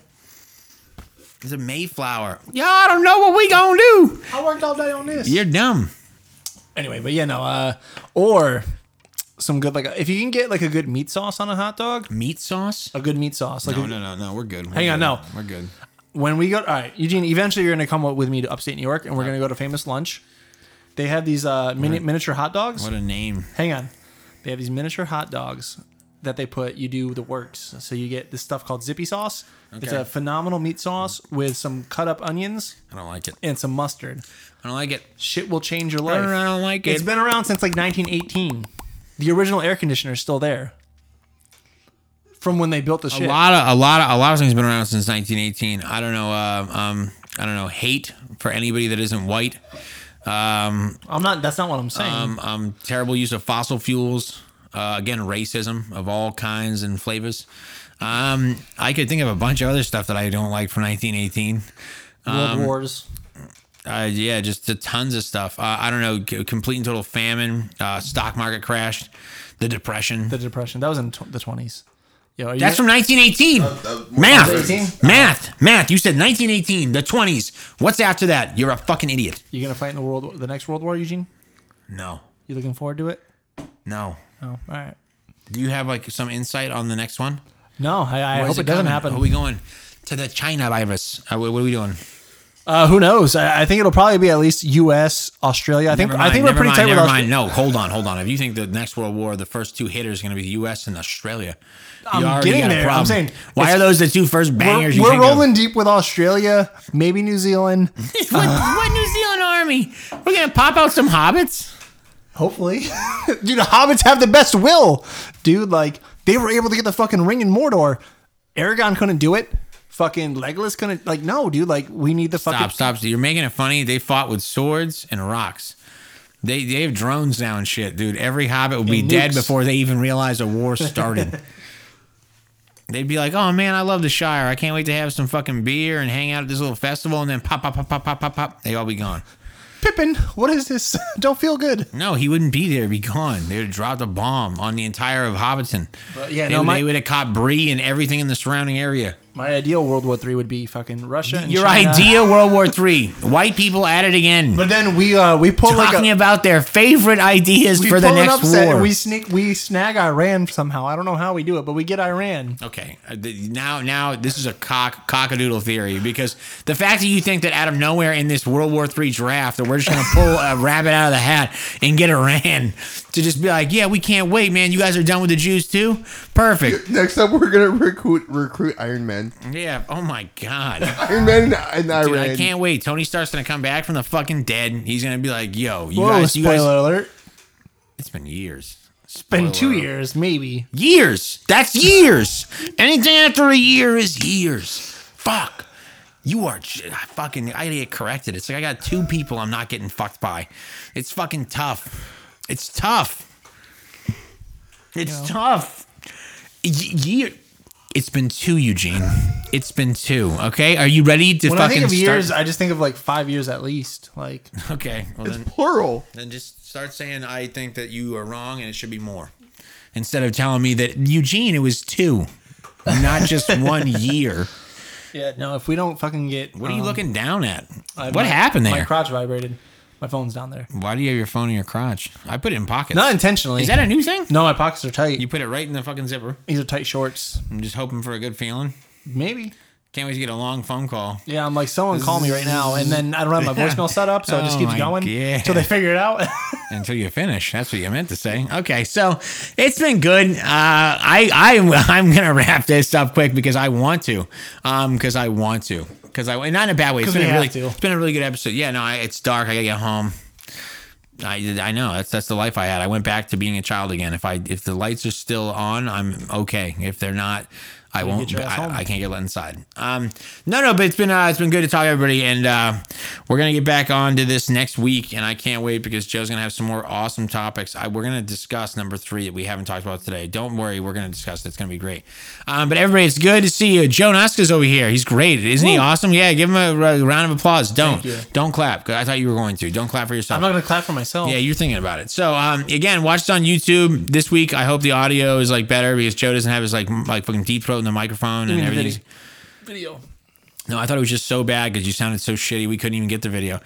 Speaker 2: It's a Mayflower. Y'all don't know what we gonna do.
Speaker 1: I worked all day on this.
Speaker 2: You're dumb.
Speaker 1: Anyway, but yeah, no. Uh, or some good like if you can get like a good meat sauce on a hot dog,
Speaker 2: Meat sauce?
Speaker 1: a good meat sauce. Like
Speaker 2: No,
Speaker 1: a-
Speaker 2: no, no, no. We're good. We're
Speaker 1: Hang on,
Speaker 2: good.
Speaker 1: no.
Speaker 2: We're good.
Speaker 1: when we go, all right, Eugene. Eventually, you're gonna come up with me to upstate New York, and we're gonna go to Famous Lunch. They have these uh, mini, miniature hot dogs.
Speaker 2: What a name.
Speaker 1: Hang on, they have these miniature hot dogs that they put. You do the works, so you get this stuff called zippy sauce. It's
Speaker 2: Okay.
Speaker 1: a phenomenal meat sauce with some cut up onions
Speaker 2: I don't like it.
Speaker 1: and some mustard.
Speaker 2: I don't like it.
Speaker 1: Shit will change your
Speaker 2: I
Speaker 1: life.
Speaker 2: don't, I don't like
Speaker 1: It's
Speaker 2: it.
Speaker 1: been around since like 1918. The original air conditioner is still there from when they built the
Speaker 2: a
Speaker 1: shit.
Speaker 2: lot of a lot of a lot of things been around since 1918. I don't know. Uh, um, I don't know. Hate for anybody that isn't white. Um,
Speaker 1: I'm not. That's not what I'm saying.
Speaker 2: Um, um, terrible use of fossil fuels. Uh, again, racism of all kinds and flavors. Um, I could think of a bunch of other stuff that I don't like from 1918.
Speaker 1: World wars.
Speaker 2: uh, yeah, just the tons of stuff. Uh, I don't know, c- complete and total famine, uh, stock market crashed, the depression.
Speaker 1: The depression. That was in tw- the twenties. Yo, are you
Speaker 2: That's from 1918.
Speaker 3: that-
Speaker 2: math,
Speaker 1: 1918?
Speaker 2: math, math. You said 1918, the 20s. What's after that? You're a fucking idiot.
Speaker 1: you gonna fight in the world, the next world war, Eugene?
Speaker 2: No,
Speaker 1: You looking forward to it?
Speaker 2: no.
Speaker 1: Oh, all right.
Speaker 2: Do you have like some insight on the next one?
Speaker 1: No, I, I
Speaker 2: Or is
Speaker 1: hope it, doesn't
Speaker 2: coming?
Speaker 1: happen.
Speaker 2: Are we going to the China virus? Uh, what what are we doing?
Speaker 1: uh, who knows? I, I think it'll probably be at least U.S., Australia. I think
Speaker 2: Never mind,
Speaker 1: I think we're
Speaker 2: never
Speaker 1: pretty
Speaker 2: mind,
Speaker 1: tight with
Speaker 2: never
Speaker 1: Australia.
Speaker 2: mind. No, hold on, hold on. If you think the next World War, the first two hitters are going to be the U.S. and Australia, you
Speaker 1: I'm
Speaker 2: already
Speaker 1: getting
Speaker 2: got a
Speaker 1: there. I'm
Speaker 2: problem.
Speaker 1: saying
Speaker 2: why
Speaker 1: it's-
Speaker 2: are those the two first
Speaker 1: We're,
Speaker 2: bangers? you
Speaker 1: we're
Speaker 2: think of?
Speaker 1: rolling deep with Australia, maybe New Zealand.
Speaker 2: what, what New Zealand army? We're going to pop out some hobbits.
Speaker 1: Hopefully, dude, the hobbits have the best will, dude. Like they were able to get the fucking ring in Mordor. Aragon couldn't do it. Fucking Legolas couldn't. Like no, dude. Like we need the fucking.
Speaker 2: Stop, stop. You're making it funny. They fought with swords and rocks. They they have drones now and shit, dude. Every hobbit would be
Speaker 1: And
Speaker 2: dead
Speaker 1: nukes.
Speaker 2: before they even realize a war started. They'd be like, "Oh man, I love the Shire. I can't wait to have some fucking beer and hang out at this little festival." And then pop, pop, pop, pop, pop, pop, pop. They all be gone.
Speaker 1: Pippin, what is this? Don't feel good.
Speaker 2: No, he wouldn't be there. He'd be gone. They would have dropped a bomb on the entire of Hobbiton.
Speaker 1: But, yeah,
Speaker 2: they,
Speaker 1: no, my-
Speaker 2: they would have caught Bree and everything in the surrounding area.
Speaker 1: My ideal World War Three would be fucking Russia. And
Speaker 2: Your
Speaker 1: China.
Speaker 2: idea, World War Three. White people at it again.
Speaker 1: But then we uh we pull like
Speaker 2: talking
Speaker 1: a,
Speaker 2: about their favorite ideas
Speaker 1: we
Speaker 2: for the
Speaker 1: pull an
Speaker 2: next
Speaker 1: upset
Speaker 2: war.
Speaker 1: and we sneak we snag Iran somehow. I don't know how we do it, but we get Iran.
Speaker 2: Okay, uh, th- now now this is a cock cockadoodle theory because the fact that you think that out of nowhere in this World War III draft that we're just gonna pull a rabbit out of the hat and get Iran to just be like, yeah, we can't wait, man. You guys are done with the Jews too. Perfect.
Speaker 3: Next up, we're gonna recruit recruit Iron Man.
Speaker 2: Yeah. Oh my god.
Speaker 3: Iron Man and Iran.
Speaker 2: Dude, I can't wait. Tony Stark's gonna come back from the fucking dead. He's gonna be like, "Yo, you
Speaker 1: Whoa,
Speaker 2: guys, you
Speaker 1: spoiler
Speaker 2: guys,
Speaker 1: alert.
Speaker 2: it's been years. It's
Speaker 1: Been two years, maybe.
Speaker 2: Years. That's years. Anything after a year is years. Fuck. You are j- I fucking. I gotta get corrected. It's like I got two people I'm not getting fucked by. It's fucking tough. It's tough. It's tough. Y- year. It's been two, Eugene. It's been two. Okay. Are you ready to
Speaker 1: When I
Speaker 2: fucking
Speaker 1: think of
Speaker 2: start?
Speaker 1: years, I just think of like five years at least. Like
Speaker 2: Okay. Well, then.
Speaker 3: Plural.
Speaker 2: Then just start saying I think that you are wrong and it should be more. Instead of telling me that Eugene, it was two, not just one year.
Speaker 1: Yeah, no, if we don't fucking get
Speaker 2: What are you
Speaker 1: um,
Speaker 2: looking down at?
Speaker 1: I-
Speaker 2: What
Speaker 1: my-
Speaker 2: happened
Speaker 1: My
Speaker 2: there?
Speaker 1: crotch vibrated. My phone's down there.
Speaker 2: Why do you have your phone in your crotch? I put it in pockets.
Speaker 1: Not intentionally.
Speaker 2: Is that a new thing?
Speaker 1: no, my pockets are tight.
Speaker 2: You put it right in the fucking zipper.
Speaker 1: These are tight shorts.
Speaker 2: I'm just hoping for a good feeling.
Speaker 1: Maybe.
Speaker 2: Can't wait to get a long phone call.
Speaker 1: Yeah, I'm like, someone call me right now. And then I don't have my voicemail set up, so it just
Speaker 2: Oh
Speaker 1: keeps
Speaker 2: my
Speaker 1: going
Speaker 2: God.
Speaker 1: until they figure it out.
Speaker 2: until you finish. That's what you meant to say. Okay, so it's been good. Uh, I I I'm gonna wrap this up quick because I want to, um, because I want to, because I and not in a bad way. It's
Speaker 1: 'Cause
Speaker 2: been
Speaker 1: we
Speaker 2: a really
Speaker 1: have to.
Speaker 2: it's been a really good episode. Yeah, no, I, it's dark. I gotta get home. I, I know that's that's the life I had. I went back to being a child again. If I if the lights are still on, I'm okay. If they're not, I won't.
Speaker 1: your ass home.
Speaker 2: I, I can't get let inside. Um, no, no, but it's been uh, it's been good to talk to everybody, and uh, we're gonna get back on to this next week, and I can't wait because Joe's gonna have some more awesome topics. I, we're gonna discuss number three that we haven't talked about today. Don't worry, we're gonna discuss. It. It's gonna be great. Um, but everybody, it's good to see you. Joe Noska's over here. He's great, isn't he? Awesome. Yeah, give him a r- round of applause. Don't
Speaker 1: you.
Speaker 2: don't clap. I thought you were going to. Don't clap for yourself.
Speaker 1: I'm not going to clap for myself.
Speaker 2: Yeah, you're thinking about it. So um, again, watch it on YouTube this week. I hope the audio is like better because Joe doesn't have his like m- like fucking deep throat in the microphone
Speaker 1: mean
Speaker 2: and
Speaker 1: the
Speaker 2: everything.
Speaker 1: video. video.
Speaker 2: No, I thought it was just so bad because you sounded so shitty. We couldn't even get the video.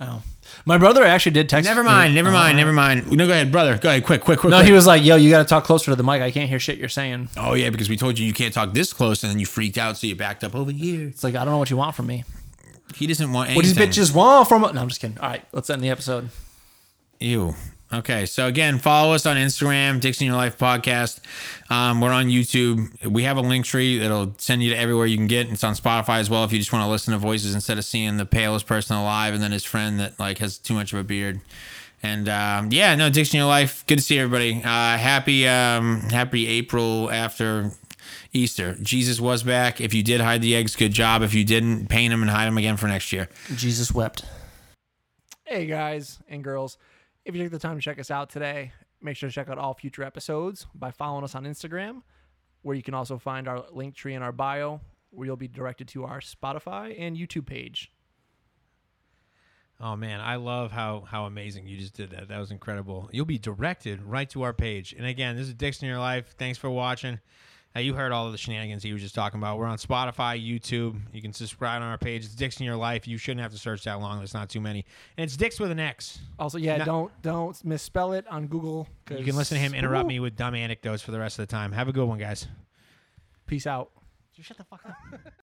Speaker 1: Oh. My brother actually did text
Speaker 2: Never
Speaker 1: me.
Speaker 2: mind. Never mind. Never mind. Uh, No, go ahead, brother. Go ahead. Quick, quick, quick.
Speaker 1: No,
Speaker 2: quick.
Speaker 1: he was like, yo, you got to talk closer to the mic. I can't hear shit you're saying.
Speaker 2: Oh yeah, because we told you you can't talk this close, and then you freaked out, so you backed up over here.
Speaker 1: It's like, I don't know what you want from me.
Speaker 2: He doesn't want
Speaker 1: What
Speaker 2: anything.
Speaker 1: these bitches want from. No, I'm just kidding. All right, let's end the episode.
Speaker 2: Ew. Okay. So again, follow us on Instagram, Dixie in Your Life Podcast. Um, we're on YouTube. We have a link tree that'll send you to everywhere you can get. It's on Spotify as well if you just want to listen to voices instead of seeing the palest person alive and then his friend that like has too much of a beard. And um, yeah, no, Dixie in Your Life. Good to see everybody. Uh, happy um, happy April after Easter. Jesus was back. If you did hide the eggs, good job. If you didn't, paint them and hide them again for next year.
Speaker 1: Jesus wept. Hey guys and girls, if you took the time to check us out today, make sure to check out all future episodes by following us on Instagram, where you can also find our link tree in our bio, where you'll be directed to our Spotify and YouTube page.
Speaker 2: Oh man, I love how how amazing you just did that. That was incredible. You'll be directed right to our page. And again, this is Dixon in Your Life. Thanks for watching. Uh, you heard all of the shenanigans he was just talking about. We're on Spotify, YouTube. You can subscribe on our page. It's Dixon in Your Life. You shouldn't have to search that long. There's not too many. And it's Dix with an X.
Speaker 1: Also, yeah,
Speaker 2: No.
Speaker 1: don't don't misspell it on Google.
Speaker 2: You can listen to him interrupt me with dumb anecdotes for the rest of the time. Have a good one, guys.
Speaker 1: Peace out.
Speaker 2: Shut the fuck up.